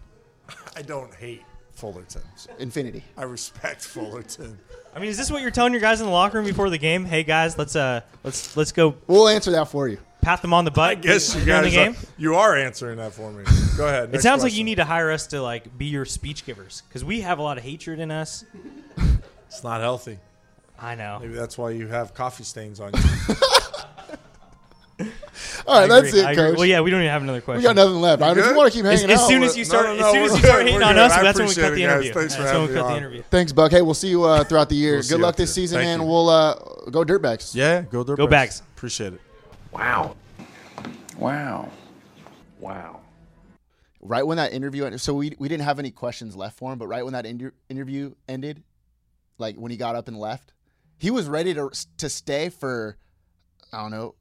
[SPEAKER 6] I don't hate Fullerton.
[SPEAKER 3] Infinity.
[SPEAKER 6] I respect Fullerton.
[SPEAKER 4] I mean, is this what you're telling your guys in the locker room before the game? Hey guys, let's uh, let's let's go
[SPEAKER 3] We'll answer that for you.
[SPEAKER 4] pat them on the butt.
[SPEAKER 6] I guess you
[SPEAKER 4] during
[SPEAKER 6] guys
[SPEAKER 4] the game.
[SPEAKER 6] Are, you are answering that for me. Go ahead.
[SPEAKER 4] it sounds like you need to hire us to like be your speech givers because we have a lot of hatred in us.
[SPEAKER 6] It's not healthy.
[SPEAKER 4] I know.
[SPEAKER 6] Maybe that's why you have coffee stains on you.
[SPEAKER 3] All right,
[SPEAKER 4] I
[SPEAKER 3] that's
[SPEAKER 4] agree,
[SPEAKER 3] it,
[SPEAKER 4] I agree.
[SPEAKER 3] coach.
[SPEAKER 4] Well, yeah, we don't even have another question.
[SPEAKER 3] we got nothing left. I, if you
[SPEAKER 6] good?
[SPEAKER 3] want to keep
[SPEAKER 4] As,
[SPEAKER 3] hanging
[SPEAKER 4] as
[SPEAKER 3] out,
[SPEAKER 4] soon
[SPEAKER 3] we're-
[SPEAKER 4] as you start,
[SPEAKER 6] no,
[SPEAKER 4] as
[SPEAKER 6] no,
[SPEAKER 4] soon as
[SPEAKER 6] we're
[SPEAKER 4] you start
[SPEAKER 6] good,
[SPEAKER 4] hating
[SPEAKER 6] we're
[SPEAKER 4] on
[SPEAKER 6] good.
[SPEAKER 4] us,
[SPEAKER 6] I
[SPEAKER 4] that's when we
[SPEAKER 6] appreciate
[SPEAKER 4] cut
[SPEAKER 6] it,
[SPEAKER 4] the
[SPEAKER 6] guys.
[SPEAKER 4] interview.
[SPEAKER 6] Thanks for
[SPEAKER 4] that's when we
[SPEAKER 6] having me
[SPEAKER 4] cut the
[SPEAKER 6] on.
[SPEAKER 4] interview.
[SPEAKER 3] Thanks, Buck. Hey, we'll see you uh, throughout the year.
[SPEAKER 6] see
[SPEAKER 3] Good
[SPEAKER 6] you
[SPEAKER 3] luck
[SPEAKER 6] up
[SPEAKER 3] this
[SPEAKER 6] there.
[SPEAKER 3] season,
[SPEAKER 6] Thank
[SPEAKER 3] and
[SPEAKER 6] you.
[SPEAKER 3] we'll uh, go Dirtbags.
[SPEAKER 6] yeah, go there.
[SPEAKER 4] Go Bags.
[SPEAKER 6] Appreciate it.
[SPEAKER 8] Wow.
[SPEAKER 9] Wow. Wow.
[SPEAKER 3] right when that interview ended, so we, we didn't have any questions left for him, but right when that inter- interview ended, like when he got up and left, he was ready to to stay for I don't know,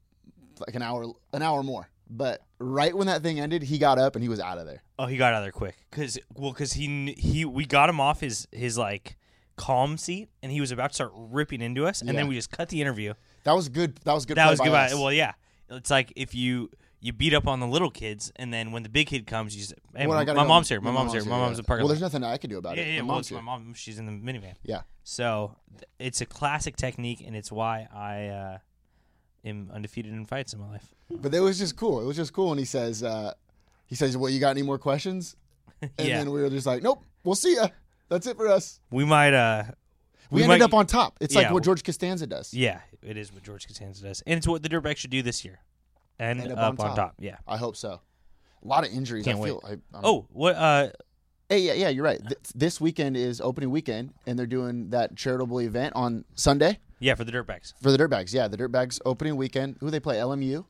[SPEAKER 3] like an hour an hour more. But right when that thing ended, he got up and he was out of there.
[SPEAKER 4] Oh, he got out of there quick. Cause well, cause he kn- he we got him off his his like calm seat, and he was about to start ripping into us, and
[SPEAKER 3] Yeah.
[SPEAKER 4] then we just cut the interview.
[SPEAKER 3] That was good. That was good.
[SPEAKER 4] That
[SPEAKER 3] play
[SPEAKER 4] was
[SPEAKER 3] by
[SPEAKER 4] good.
[SPEAKER 3] us.
[SPEAKER 4] Well, yeah, it's like if you you beat up on the little kids, and then when the big kid comes, you say, "Hey,
[SPEAKER 3] Well, I
[SPEAKER 4] my,
[SPEAKER 3] gotta
[SPEAKER 4] my
[SPEAKER 3] go.
[SPEAKER 4] mom's here. My, mom's here. My
[SPEAKER 3] yeah.
[SPEAKER 4] mom's in the parking
[SPEAKER 3] Well, there's
[SPEAKER 4] lot."
[SPEAKER 3] nothing I could do about
[SPEAKER 4] Yeah,
[SPEAKER 3] it.
[SPEAKER 4] yeah.
[SPEAKER 3] my
[SPEAKER 4] well,
[SPEAKER 3] mom's
[SPEAKER 4] it's my
[SPEAKER 3] here.
[SPEAKER 4] mom. She's in the minivan.
[SPEAKER 3] Yeah.
[SPEAKER 4] So th- it's a classic technique, and it's why I uh, am undefeated in fights in my life.
[SPEAKER 3] But it was just cool. It was just cool when he says, uh, he says, "Well, you got any more questions?" And
[SPEAKER 4] Yeah.
[SPEAKER 3] then we were just like, "Nope, we'll see ya. That's it for us."
[SPEAKER 4] We might. uh
[SPEAKER 3] We,
[SPEAKER 4] might-
[SPEAKER 3] ended up on top. It's like
[SPEAKER 4] yeah.
[SPEAKER 3] what George Costanza does.
[SPEAKER 4] Yeah, it is what George Costanza does, and it's what the Dirtbag should do this year. And,
[SPEAKER 3] End
[SPEAKER 4] up,
[SPEAKER 3] up
[SPEAKER 4] on,
[SPEAKER 3] on
[SPEAKER 4] top.
[SPEAKER 3] top.
[SPEAKER 4] Yeah.
[SPEAKER 3] I hope so. A lot of injuries.
[SPEAKER 4] Can't
[SPEAKER 3] I
[SPEAKER 4] wait.
[SPEAKER 3] feel. I, I'm-
[SPEAKER 4] Oh, what? Uh,
[SPEAKER 3] hey, yeah, yeah. You're right. Th- this weekend is opening weekend, and they're doing that charitable event on Sunday
[SPEAKER 4] yeah, for the Dirtbags.
[SPEAKER 3] for the Dirtbags. Yeah, the Dirtbags opening weekend. Who they play? LMU.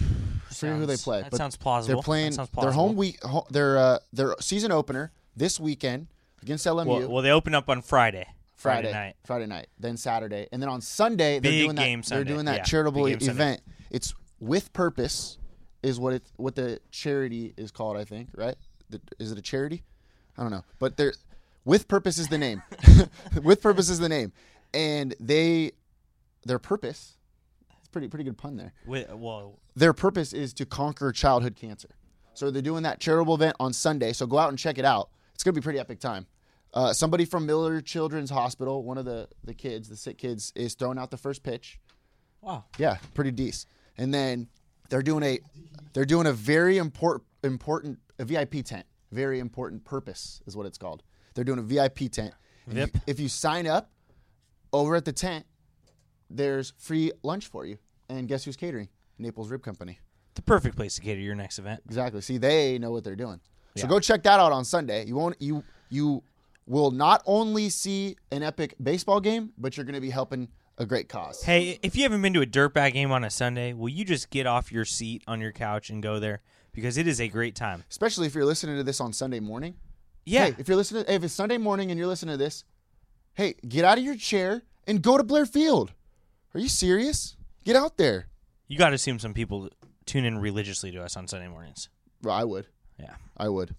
[SPEAKER 3] I forget who they
[SPEAKER 4] Sounds-
[SPEAKER 3] play.
[SPEAKER 4] that
[SPEAKER 3] but
[SPEAKER 4] sounds plausible.
[SPEAKER 3] They're
[SPEAKER 4] That
[SPEAKER 3] playing
[SPEAKER 4] sounds
[SPEAKER 3] their
[SPEAKER 4] plausible.
[SPEAKER 3] home week. Ho- their uh, their season opener this weekend against LMU.
[SPEAKER 4] Well, well, they open up on Friday.
[SPEAKER 3] Friday,
[SPEAKER 4] night.
[SPEAKER 3] Friday night, then Saturday, and then on Sunday they're
[SPEAKER 4] Big
[SPEAKER 3] doing that.
[SPEAKER 4] game Sunday.
[SPEAKER 3] They're doing that
[SPEAKER 4] Yeah,
[SPEAKER 3] charitable
[SPEAKER 4] big game Sunday.
[SPEAKER 3] event. It's with purpose, is what it what the charity is called. I think right. The, is it a charity? I don't know, but they're with purpose is the name. with purpose is the name, and they their purpose. It's pretty pretty good pun there
[SPEAKER 4] Wi- well,
[SPEAKER 3] their purpose is to conquer childhood cancer. So they're doing that charitable event on Sunday. So go out and check it out. It's going to be a pretty epic time. Uh, somebody from Miller Children's Hospital, one of the, the kids, the sick kids, is throwing out the first pitch.
[SPEAKER 4] wow.
[SPEAKER 3] Yeah, pretty decent. And then They're doing a they're doing a very important important a VIP tent. Very important purpose is what it's called. They're doing a VIP tent. And
[SPEAKER 7] VIP.
[SPEAKER 3] you- If you sign up over at the tent, there's free lunch for you. And guess who's catering? Naples Rib Company.
[SPEAKER 4] The perfect place to cater your next event.
[SPEAKER 3] Exactly. See, they know what they're doing. So
[SPEAKER 4] Yeah.
[SPEAKER 3] go check that out on Sunday. You won't you you will not only see an epic baseball game, but you're going to be helping a great cause.
[SPEAKER 4] Hey, if you haven't been to a dirtbag game on a Sunday, will you just get off your seat on your couch and go there because it is a great time.
[SPEAKER 3] Especially if you're listening to this on Sunday morning.
[SPEAKER 4] Yeah.
[SPEAKER 3] Hey, if you're listening if it's Sunday morning and you're listening to this, hey, get out of your chair and go to Blair Field. Are you serious? Get out there.
[SPEAKER 4] You got to assume some people tune in religiously to us on Sunday mornings.
[SPEAKER 3] Well, I would.
[SPEAKER 4] Yeah.
[SPEAKER 3] I would.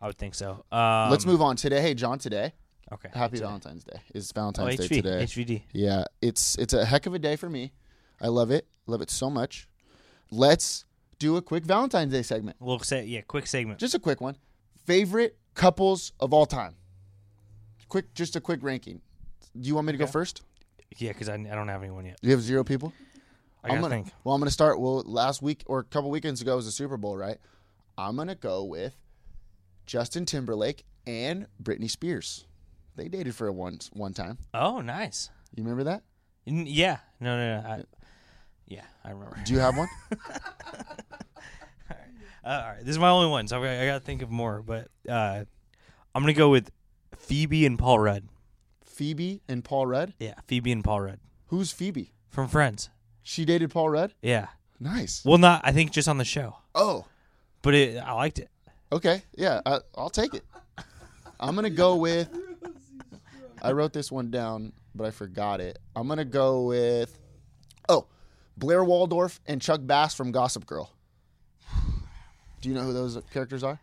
[SPEAKER 4] I would think so. Um,
[SPEAKER 3] Let's move on today. Hey, John, today.
[SPEAKER 4] Okay.
[SPEAKER 3] Happy
[SPEAKER 4] Today.
[SPEAKER 3] Valentine's Day. It's Valentine's
[SPEAKER 4] Oh,
[SPEAKER 3] Day
[SPEAKER 4] HV,
[SPEAKER 3] today.
[SPEAKER 4] HVD.
[SPEAKER 3] Yeah, it's it's a heck of a day for me. I love it. Love it so much. Let's do a quick Valentine's Day segment.
[SPEAKER 4] We'll say yeah, quick segment.
[SPEAKER 3] Just a quick one. Favorite couples of all time. Quick, just a quick ranking. Do you want me to go first?
[SPEAKER 4] yeah, because I, I don't have anyone yet.
[SPEAKER 3] You have zero people.
[SPEAKER 4] I gotta
[SPEAKER 3] am gonna.
[SPEAKER 4] think.
[SPEAKER 3] Well, I'm gonna start. Well, last week or a couple weekends ago was the Super Bowl, right? I'm gonna go with Justin Timberlake and Britney Spears. They dated for a one one time.
[SPEAKER 4] Oh, nice.
[SPEAKER 3] You remember that?
[SPEAKER 4] N- Yeah. No, no, no. I, yeah, I remember.
[SPEAKER 3] Do you have one?
[SPEAKER 4] Uh, all right, this is my only one, so I, I gotta think of more. But uh, I'm gonna go with Phoebe and Paul Rudd.
[SPEAKER 3] Phoebe and Paul Rudd.
[SPEAKER 4] Yeah, Phoebe and Paul Rudd
[SPEAKER 3] Who's Phoebe?
[SPEAKER 4] from Friends.
[SPEAKER 3] She dated Paul Rudd.
[SPEAKER 4] Yeah.
[SPEAKER 3] Nice.
[SPEAKER 4] Well, not I think just on the show,
[SPEAKER 3] Oh,
[SPEAKER 4] but it, I liked it.
[SPEAKER 3] okay. Yeah, I, I'll take it. I'm gonna go with. I wrote this one down, but I forgot it. I'm gonna go with. Oh, Blair Waldorf and Chuck Bass from Gossip Girl. Do you know who those characters are?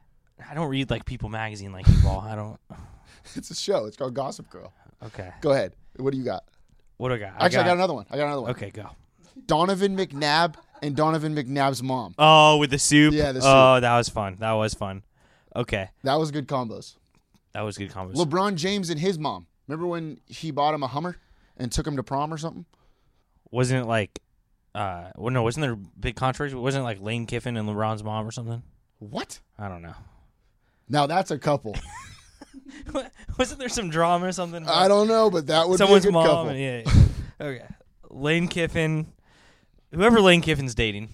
[SPEAKER 4] I don't read like People Magazine like you, Paul. I don't.
[SPEAKER 3] It's a show. It's called Gossip Girl.
[SPEAKER 4] Okay.
[SPEAKER 3] Go ahead. What do you got?
[SPEAKER 4] What do I got?
[SPEAKER 3] Actually, I got another one. I got another one.
[SPEAKER 4] Okay, go.
[SPEAKER 3] Donovan McNabb and Donovan McNabb's mom.
[SPEAKER 4] Oh, with the soup.
[SPEAKER 3] Yeah, the
[SPEAKER 4] Oh, that was fun. That was fun. Okay,
[SPEAKER 3] That was good combos.
[SPEAKER 4] that was good conversation.
[SPEAKER 3] LeBron James and his mom. Remember when he bought him a Hummer and took him to prom or something?
[SPEAKER 4] wasn't it like? Uh, well, no, wasn't there a big controversy? Wasn't it like Lane Kiffin and LeBron's mom or something?
[SPEAKER 3] What?
[SPEAKER 4] I don't know.
[SPEAKER 3] Now that's a couple.
[SPEAKER 4] wasn't there some drama or something?
[SPEAKER 3] I don't know, but that would
[SPEAKER 4] someone's
[SPEAKER 3] be a good
[SPEAKER 4] mom.
[SPEAKER 3] couple.
[SPEAKER 4] Yeah. yeah. okay. Lane Kiffin, whoever Lane Kiffin's dating,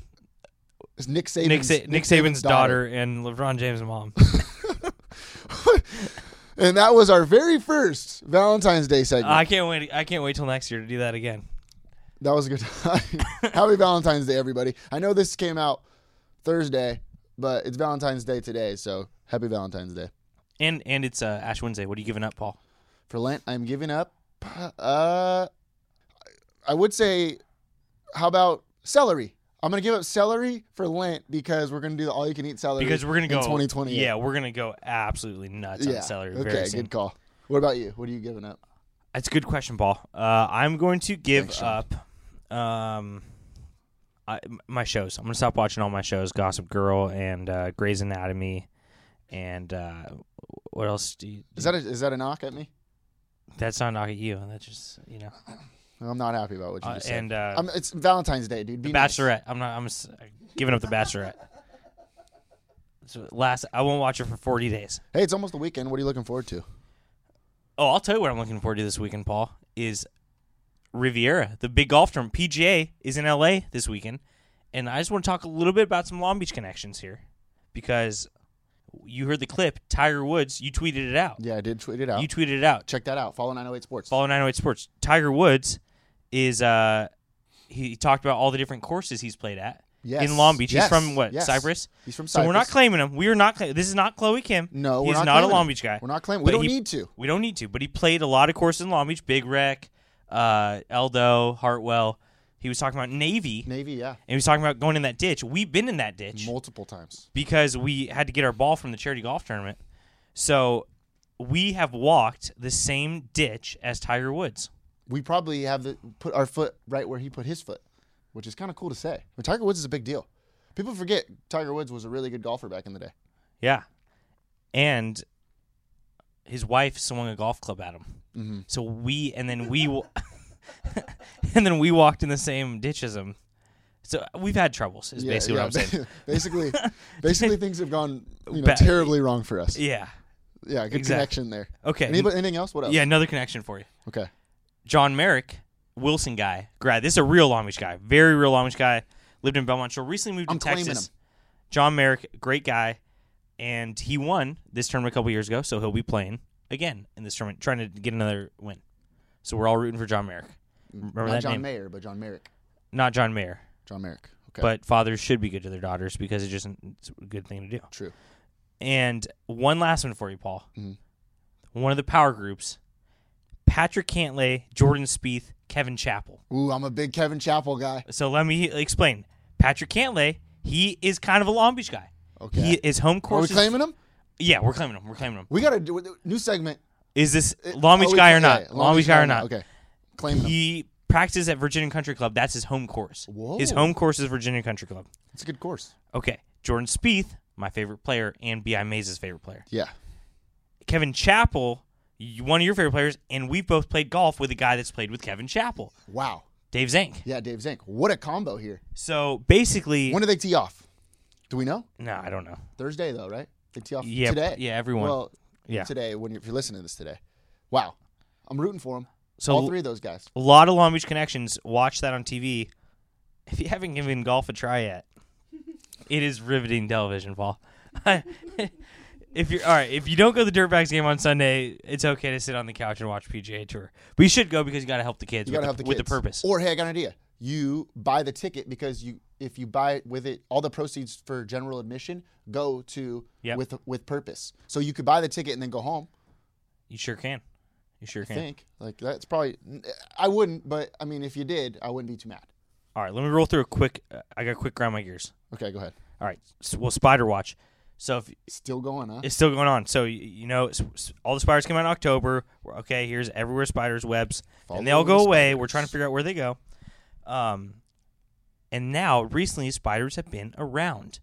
[SPEAKER 3] It's Nick Saban's,
[SPEAKER 4] Nick, Sa- Nick, Saban's daughter, and LeBron James' mom.
[SPEAKER 3] And that was our very first Valentine's Day segment.
[SPEAKER 4] I can't wait. I can't wait till next year to do that again.
[SPEAKER 3] that was a good time. Happy Valentine's Day, everybody. I know this came out Thursday, but it's Valentine's Day today, so happy Valentine's Day.
[SPEAKER 4] And and it's uh, Ash Wednesday. What are you giving up, Paul?
[SPEAKER 3] For Lent, I'm giving up. Uh, I would say, how about celery? I'm gonna give up celery for Lent because we're gonna do the all you can eat celery.
[SPEAKER 4] Because we're gonna
[SPEAKER 3] Uh, in
[SPEAKER 4] go
[SPEAKER 3] 2020.
[SPEAKER 4] Yeah, we're gonna go absolutely nuts
[SPEAKER 3] yeah.
[SPEAKER 4] on celery
[SPEAKER 3] okay,
[SPEAKER 4] very soon.
[SPEAKER 3] good call. What about you? What are you giving up?
[SPEAKER 4] That's a good question, Paul. Uh, I'm going to give
[SPEAKER 3] Thanks, Sean.
[SPEAKER 4] up um, I, m- my shows. I'm going to stop watching all my shows: Gossip Girl and uh, Grey's Anatomy, and uh, what else? Do you,
[SPEAKER 3] Is that a, is that a knock at me?
[SPEAKER 4] that's not a knock at you. That's just you know.
[SPEAKER 3] I'm not happy about what you
[SPEAKER 4] Uh,
[SPEAKER 3] just said.
[SPEAKER 4] and uh,
[SPEAKER 3] I'm, it's Valentine's Day, dude. Be
[SPEAKER 4] The
[SPEAKER 3] nice.
[SPEAKER 4] Bachelorette. I'm not. I'm s- giving up the Bachelorette. So last, I won't watch it for 40 days.
[SPEAKER 3] Hey, it's almost the weekend. What are you looking forward to?
[SPEAKER 4] Oh, I'll tell you what I'm looking forward to this weekend, Paul, is Riviera, the big golf tournament. PGA is in LA this weekend. And I just want to talk a little bit about some Long Beach connections here because you heard the clip, Tiger Woods, you tweeted it out.
[SPEAKER 3] Yeah, I did tweet it out.
[SPEAKER 4] You tweeted it out.
[SPEAKER 3] Check that out. Follow 908 Sports.
[SPEAKER 4] Follow 908 Sports. Tiger Woods is, uh, he he talked about all the different courses he's played at
[SPEAKER 3] Yes.
[SPEAKER 4] in Long Beach.
[SPEAKER 3] Yes.
[SPEAKER 4] He's from what,
[SPEAKER 3] Yes.
[SPEAKER 4] Cyprus?
[SPEAKER 3] He's from
[SPEAKER 4] So we're not
[SPEAKER 3] Cyprus.
[SPEAKER 4] claiming him. We are not. Cla- this is not Chloe Kim.
[SPEAKER 3] No, we're
[SPEAKER 4] he's
[SPEAKER 3] not
[SPEAKER 4] not, a
[SPEAKER 3] claiming
[SPEAKER 4] Long
[SPEAKER 3] him.
[SPEAKER 4] Beach guy.
[SPEAKER 3] We're not claiming- we
[SPEAKER 4] But
[SPEAKER 3] don't
[SPEAKER 4] he-
[SPEAKER 3] need to.
[SPEAKER 4] We don't need to. But he played a lot of courses in Long Beach. Big Wreck, uh, Eldo, Hartwell. He was talking about Navy,
[SPEAKER 3] Navy, yeah.
[SPEAKER 4] and he was talking about going in that ditch. We've been in that ditch
[SPEAKER 3] Multiple times.
[SPEAKER 4] because we had to get our ball from the charity golf tournament. So we have walked the same ditch as Tiger Woods.
[SPEAKER 3] We probably have the, put our foot right where he put his foot, which is kind of cool to say. But Tiger Woods is a big deal. People forget Tiger Woods was a really good golfer back in the day.
[SPEAKER 4] Yeah, and his wife swung a golf club at him.
[SPEAKER 3] Mm-hmm.
[SPEAKER 4] So we and then we, wa- and then we walked in the same ditch as him. So we've had troubles. Is
[SPEAKER 3] Yeah,
[SPEAKER 4] basically
[SPEAKER 3] yeah,
[SPEAKER 4] what I'm saying.
[SPEAKER 3] basically, basically things have gone you know,
[SPEAKER 4] Bad.
[SPEAKER 3] terribly wrong for us.
[SPEAKER 4] Yeah.
[SPEAKER 3] Yeah, good
[SPEAKER 4] Exactly.
[SPEAKER 3] connection there.
[SPEAKER 4] Okay.
[SPEAKER 3] Anybo- anything else? What else?
[SPEAKER 4] Yeah, another connection for you.
[SPEAKER 3] Okay.
[SPEAKER 4] John Merrick, Wilson guy, grad. This is a real Long Beach guy, very real Long Beach guy. Lived in Belmont. So recently moved
[SPEAKER 3] I'm
[SPEAKER 4] to
[SPEAKER 3] claiming
[SPEAKER 4] Texas. John Merrick, great guy, and he won this tournament a couple years ago. So he'll be playing again in this tournament, trying to get another win. So we're all rooting for John Merrick. Remember
[SPEAKER 3] Not
[SPEAKER 4] that
[SPEAKER 3] John
[SPEAKER 4] name?
[SPEAKER 3] Mayer, but John Merrick.
[SPEAKER 4] Not John Mayer.
[SPEAKER 3] John Merrick. Okay.
[SPEAKER 4] But fathers should be good to their daughters because it's just an- it's a good thing to do.
[SPEAKER 3] True.
[SPEAKER 4] And one last one for you, Paul.
[SPEAKER 3] Mm-hmm.
[SPEAKER 4] One of the power groups: Patrick Cantlay, Jordan Spieth, Kevin Chappell.
[SPEAKER 3] Ooh, I'm a big Kevin Chappell guy.
[SPEAKER 4] So let me explain. Patrick Cantlay, he is kind of a Long Beach guy.
[SPEAKER 3] Okay.
[SPEAKER 4] He, his
[SPEAKER 3] Are
[SPEAKER 4] home
[SPEAKER 3] we
[SPEAKER 4] course. is-
[SPEAKER 3] claiming him?
[SPEAKER 4] Yeah, we're claiming him. We're claiming him.
[SPEAKER 3] We got to do a new segment.
[SPEAKER 4] Is this Long
[SPEAKER 3] Oh,
[SPEAKER 4] Beach
[SPEAKER 3] we-
[SPEAKER 4] guy
[SPEAKER 3] yeah,
[SPEAKER 4] or not?
[SPEAKER 3] yeah,
[SPEAKER 4] Long Beach guy or not?
[SPEAKER 3] Okay. Claiming him.
[SPEAKER 4] He practices at Virginia Country Club. That's his home course.
[SPEAKER 3] Whoa.
[SPEAKER 4] His home course is Virginia Country Club.
[SPEAKER 3] It's a good course.
[SPEAKER 4] Okay. Jordan Spieth, my favorite player, and B.I. Mays' favorite player.
[SPEAKER 3] Yeah.
[SPEAKER 4] Kevin Chappell, y- one of your favorite players, and we've both played golf with a guy that's played with Kevin Chappell,
[SPEAKER 3] Wow.
[SPEAKER 4] Dave Zank.
[SPEAKER 3] Yeah, Dave Zink. What a combo here.
[SPEAKER 4] So basically,
[SPEAKER 3] When do they tee off? Do we know?
[SPEAKER 4] no, I don't know.
[SPEAKER 3] Thursday though, right? They tee off
[SPEAKER 4] Yeah,
[SPEAKER 3] today.
[SPEAKER 4] yeah, everyone.
[SPEAKER 3] Well,
[SPEAKER 4] Yeah.
[SPEAKER 3] Today, when you're, if you're listening to this today, wow, I'm rooting for them.
[SPEAKER 4] So-
[SPEAKER 3] all three of those guys.
[SPEAKER 4] A lot of Long Beach connections. Watch that on TV. If you haven't given golf a try yet, it is riveting television, Paul. if you're all right, if you don't go to the Dirtbags game on Sunday, it's okay to sit on the couch and watch PGA Tour. But you should go because you got to help the kids.
[SPEAKER 3] You gotta
[SPEAKER 4] with, the,
[SPEAKER 3] help the kids.
[SPEAKER 4] with the purpose.
[SPEAKER 3] Or hey, I got an idea. You buy the ticket because you if you buy it with it, all the proceeds for general admission go to
[SPEAKER 4] Yep.
[SPEAKER 3] with with purpose. So you could buy the ticket and then go home.
[SPEAKER 4] you sure can. You sure
[SPEAKER 3] I
[SPEAKER 4] can.
[SPEAKER 3] think like that's probably I wouldn't, but I mean if you did, I wouldn't be too mad.
[SPEAKER 4] All right, let me roll through a quick. Uh, I got to quick grind my gears.
[SPEAKER 3] Okay, go ahead.
[SPEAKER 4] All right, s well, Spider Watch. So if
[SPEAKER 3] Still going, huh?
[SPEAKER 4] it's still going on. So y- you know, s- s- all the spiders came out in October. We're- Okay, here's everywhere spiders webs, and they all
[SPEAKER 3] Follow
[SPEAKER 4] go
[SPEAKER 3] the
[SPEAKER 4] away. We're trying to
[SPEAKER 3] spiders.
[SPEAKER 4] figure out where they go. Um, and now recently, spiders have been around,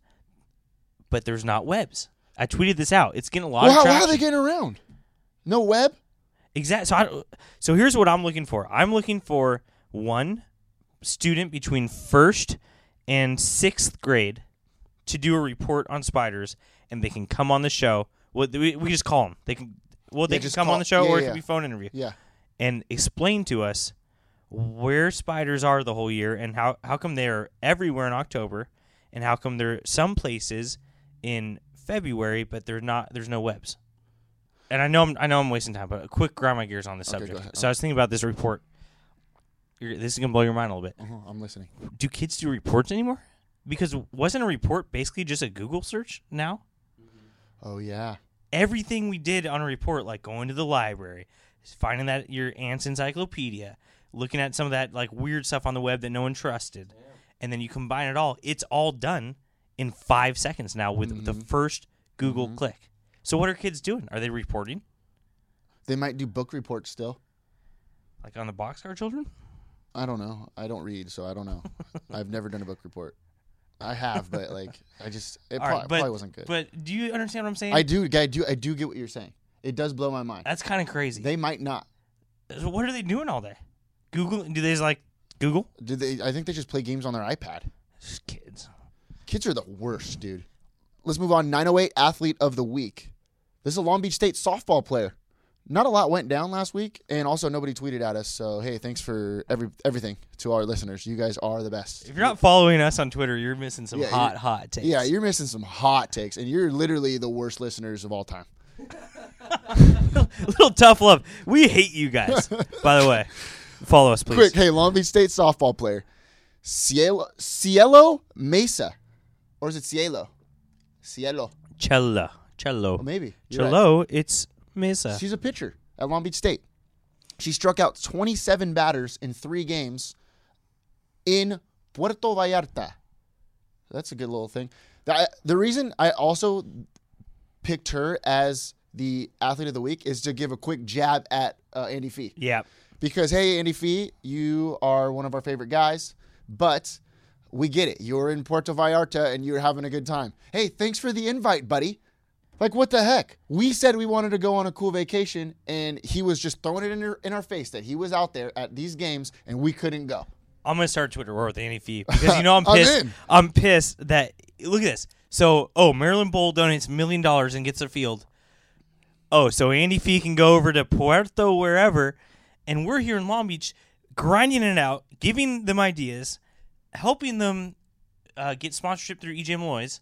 [SPEAKER 4] but there's not webs. I tweeted this out. It's getting a lot
[SPEAKER 3] Well,
[SPEAKER 4] of
[SPEAKER 3] how,
[SPEAKER 4] traction.
[SPEAKER 3] how are they getting around? No web.
[SPEAKER 4] Exactly. So, I, so here's what I'm looking for. I'm looking for one student between first and sixth grade to do a report on spiders, and they can come on the show. Well, we, we just call them. They can. Well, they
[SPEAKER 3] Yeah,
[SPEAKER 4] can
[SPEAKER 3] just
[SPEAKER 4] come
[SPEAKER 3] call-
[SPEAKER 4] on the show,
[SPEAKER 3] yeah,
[SPEAKER 4] or it
[SPEAKER 3] yeah, yeah.
[SPEAKER 4] could be phone interview,
[SPEAKER 3] Yeah.
[SPEAKER 4] and explain to us where spiders are the whole year, and how how come they're everywhere in October, and how come they're some places in February, but they're not. There's no webs and I know I'm, I know I'm wasting time, but a quick grind my gears on this
[SPEAKER 3] Okay, go
[SPEAKER 4] subject.
[SPEAKER 3] ahead.
[SPEAKER 4] So I was thinking about this report. You're, this is gonna blow your mind a little bit.
[SPEAKER 3] Uh-huh, I'm listening.
[SPEAKER 4] Do kids do reports anymore? Because wasn't a report basically just a Google search now?
[SPEAKER 3] Oh yeah.
[SPEAKER 4] Everything we did on a report, like going to the library, finding that your aunt's encyclopedia, looking at some of that like weird stuff on the web that no one trusted, and then you combine it all. It's all done in five seconds now with
[SPEAKER 3] Mm-hmm.
[SPEAKER 4] the first Google click. So what are kids doing? Are they reporting
[SPEAKER 3] They might do book reports still.
[SPEAKER 4] like on the Boxcar Children?
[SPEAKER 3] I don't know. I don't read, so I don't know. I've never done a book report. I have, but like I just it
[SPEAKER 4] All
[SPEAKER 3] prob-
[SPEAKER 4] right, but,
[SPEAKER 3] probably wasn't good.
[SPEAKER 4] But do you understand what I'm saying?
[SPEAKER 3] I do, I do, I do get what you're saying. It does blow my mind.
[SPEAKER 4] That's kind of crazy.
[SPEAKER 3] They might not.
[SPEAKER 4] So what are they doing all day? Google? Do they just like Google?
[SPEAKER 3] Did they? I think they just play games on their iPad.
[SPEAKER 4] Just kids.
[SPEAKER 3] Kids are the worst, dude. Let's move on. 908 athlete of the week. This is a Long Beach State softball player. Not a lot went down last week, and also nobody tweeted at us. So hey, thanks for every everything to our listeners. You guys are the best.
[SPEAKER 4] If you're not following us on Twitter, you're missing some
[SPEAKER 3] Yeah,
[SPEAKER 4] hot,
[SPEAKER 3] you're-
[SPEAKER 4] hot takes.
[SPEAKER 3] Yeah, you're missing some hot takes, and you're literally the worst listeners of all time.
[SPEAKER 4] little tough love. We hate you guys. By the way, follow us, please.
[SPEAKER 3] Quick, hey, Long Beach State softball player, Cielo, Cielo Mesa, or is it Cielo? Cielo,
[SPEAKER 4] Cello, cello,
[SPEAKER 3] Well, Oh, maybe. You're right.
[SPEAKER 4] cello. It's Mesa.
[SPEAKER 3] She's a pitcher at Long Beach State. She struck out 27 batters in three games in Puerto Vallarta. That's a good little thing. The, the reason I also picked her as the athlete of the week is to give a quick jab at uh, Andy Fee.
[SPEAKER 4] yeah.
[SPEAKER 3] because hey, Andy Fee, you are one of our favorite guys, but we get it. You're in Puerto Vallarta and you're having a good time. Hey, thanks for the invite, buddy. Like what the heck? We said we wanted to go on a cool vacation, and he was just throwing it in our, in our face that he was out there at these games and we couldn't go.
[SPEAKER 4] I'm gonna start Twitter war with Andy Fee because you know I'm
[SPEAKER 10] I'm
[SPEAKER 4] pissed.
[SPEAKER 10] in.
[SPEAKER 4] I'm, pissed that look at this. So oh, Marilyn Bowl donates a million dollars and gets a field. Oh, so Andy Fee can go over to Puerto wherever, and we're here in Long Beach grinding it out, giving them ideas, helping them uh, get sponsorship through EJ Malloy's.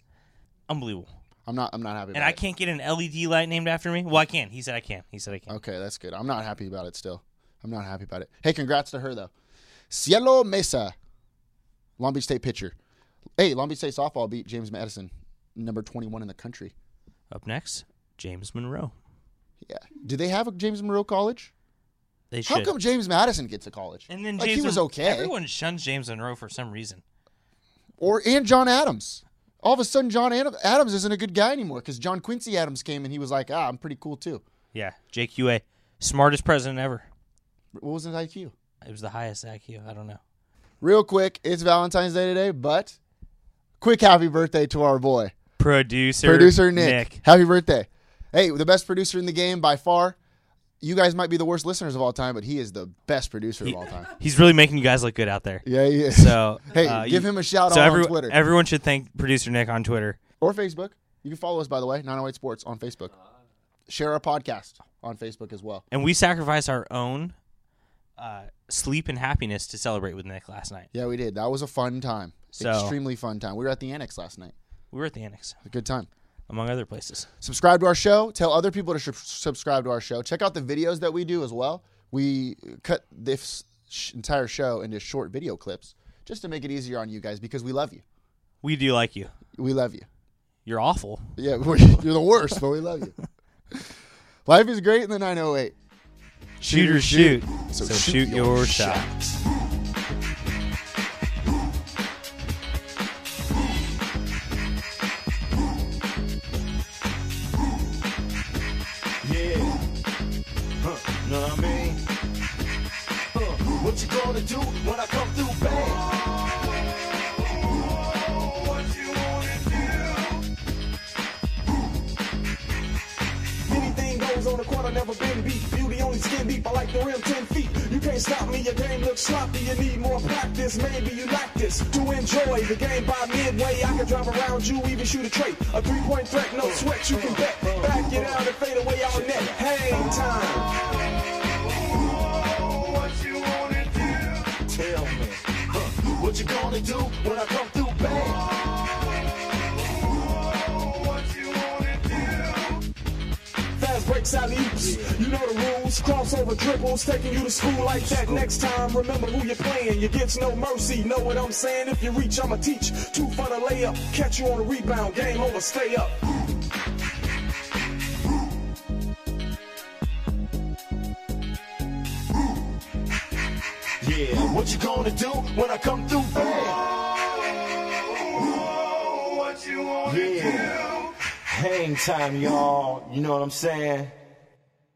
[SPEAKER 4] Unbelievable.
[SPEAKER 3] I'm not. I'm not happy.
[SPEAKER 4] And
[SPEAKER 3] about
[SPEAKER 4] I can't get an LED light named after me. Well, I can. He said I can. He said I can.
[SPEAKER 3] it. Okay, that's good. I'm not happy about it. Still, I'm not happy about it. Hey, congrats to her though. Cielo Mesa, Long Beach State pitcher. Hey, Long Beach State softball beat James Madison, number 21 in the country.
[SPEAKER 4] Up next, James Monroe.
[SPEAKER 3] Yeah. Do they have a James Monroe College?
[SPEAKER 4] They
[SPEAKER 3] How
[SPEAKER 4] should.
[SPEAKER 3] come James Madison gets a college?
[SPEAKER 4] And then
[SPEAKER 3] like
[SPEAKER 4] James
[SPEAKER 3] he was
[SPEAKER 4] Mon-
[SPEAKER 3] okay.
[SPEAKER 4] Everyone shuns James Monroe for some reason.
[SPEAKER 3] or and John Adams. All of a sudden, John Adam- Adams isn't a good guy anymore because John Quincy Adams came and he was like, ah, I'm pretty cool too.
[SPEAKER 4] Yeah, JQA, smartest president ever.
[SPEAKER 3] What was his IQ?
[SPEAKER 4] It was the highest IQ. I don't know.
[SPEAKER 3] Real quick, it's Valentine's Day today, but quick happy birthday to our boy,
[SPEAKER 4] Producer.
[SPEAKER 3] producer Nick.
[SPEAKER 4] Nick.
[SPEAKER 3] Happy birthday. Hey, the best producer in the game by far. You guys might be the worst listeners of all time, but he is the best producer of all time.
[SPEAKER 4] He's really making you guys look good out there.
[SPEAKER 3] Yeah, he is.
[SPEAKER 4] So
[SPEAKER 3] Hey,
[SPEAKER 4] uh,
[SPEAKER 3] give
[SPEAKER 4] you-
[SPEAKER 3] him a shout
[SPEAKER 4] so
[SPEAKER 3] out
[SPEAKER 4] every-
[SPEAKER 3] on Twitter.
[SPEAKER 4] Everyone should thank producer Nick on Twitter.
[SPEAKER 3] or Facebook. You can follow us, by the way, 908 Sports on Facebook. Share our podcast on Facebook as well.
[SPEAKER 4] And we sacrificed our own uh, sleep and happiness to celebrate with Nick last night.
[SPEAKER 3] Yeah, we did. That was a fun time.
[SPEAKER 4] So-
[SPEAKER 3] Extremely fun time. We were at the Annex last night.
[SPEAKER 4] We were at the Annex.
[SPEAKER 3] A good time.
[SPEAKER 4] Among other places.
[SPEAKER 3] Subscribe to our show. Tell other people to sh- subscribe to our show. Check out the videos that we do as well. We cut this sh- entire show into short video clips just to make it easier on you guys because we love you.
[SPEAKER 4] We do like you.
[SPEAKER 3] We love you.
[SPEAKER 4] You're awful.
[SPEAKER 3] Yeah, we're, you're the worst, but we love you. Life is great in the 908.
[SPEAKER 4] Shoot or shoot. So, shoot, your shot.
[SPEAKER 11] Yeah. Huh. Know what I mean? Huh. What you gonna do when I come through, babe? What you wanna do? Anything goes on the court, I never been beat. Beauty only skin deep, I like the rim 10 feet. You can't stop me, your game looks sloppy. You need more practice, maybe you like this. To enjoy the game by midway, I can drive around you, even shoot a trait. A three point threat, no sweat, you can bet. Back it out and fade away out net. Hang time. What you wanna do? Tell me. Huh. What you gonna do when I come through, babe? What you wanna do? Fast breaks out oops. You know the rules. Crossover dribbles, taking you to school like that. Next time, remember who you're playing. You get no mercy. Know what I'm saying? If you reach, I'ma teach. Two for the layup. Catch you on the rebound. Game over. Stay up. Yeah, what you gonna do when I come through, babe? What you wanna do? Hang time, y'all. You know what I'm saying?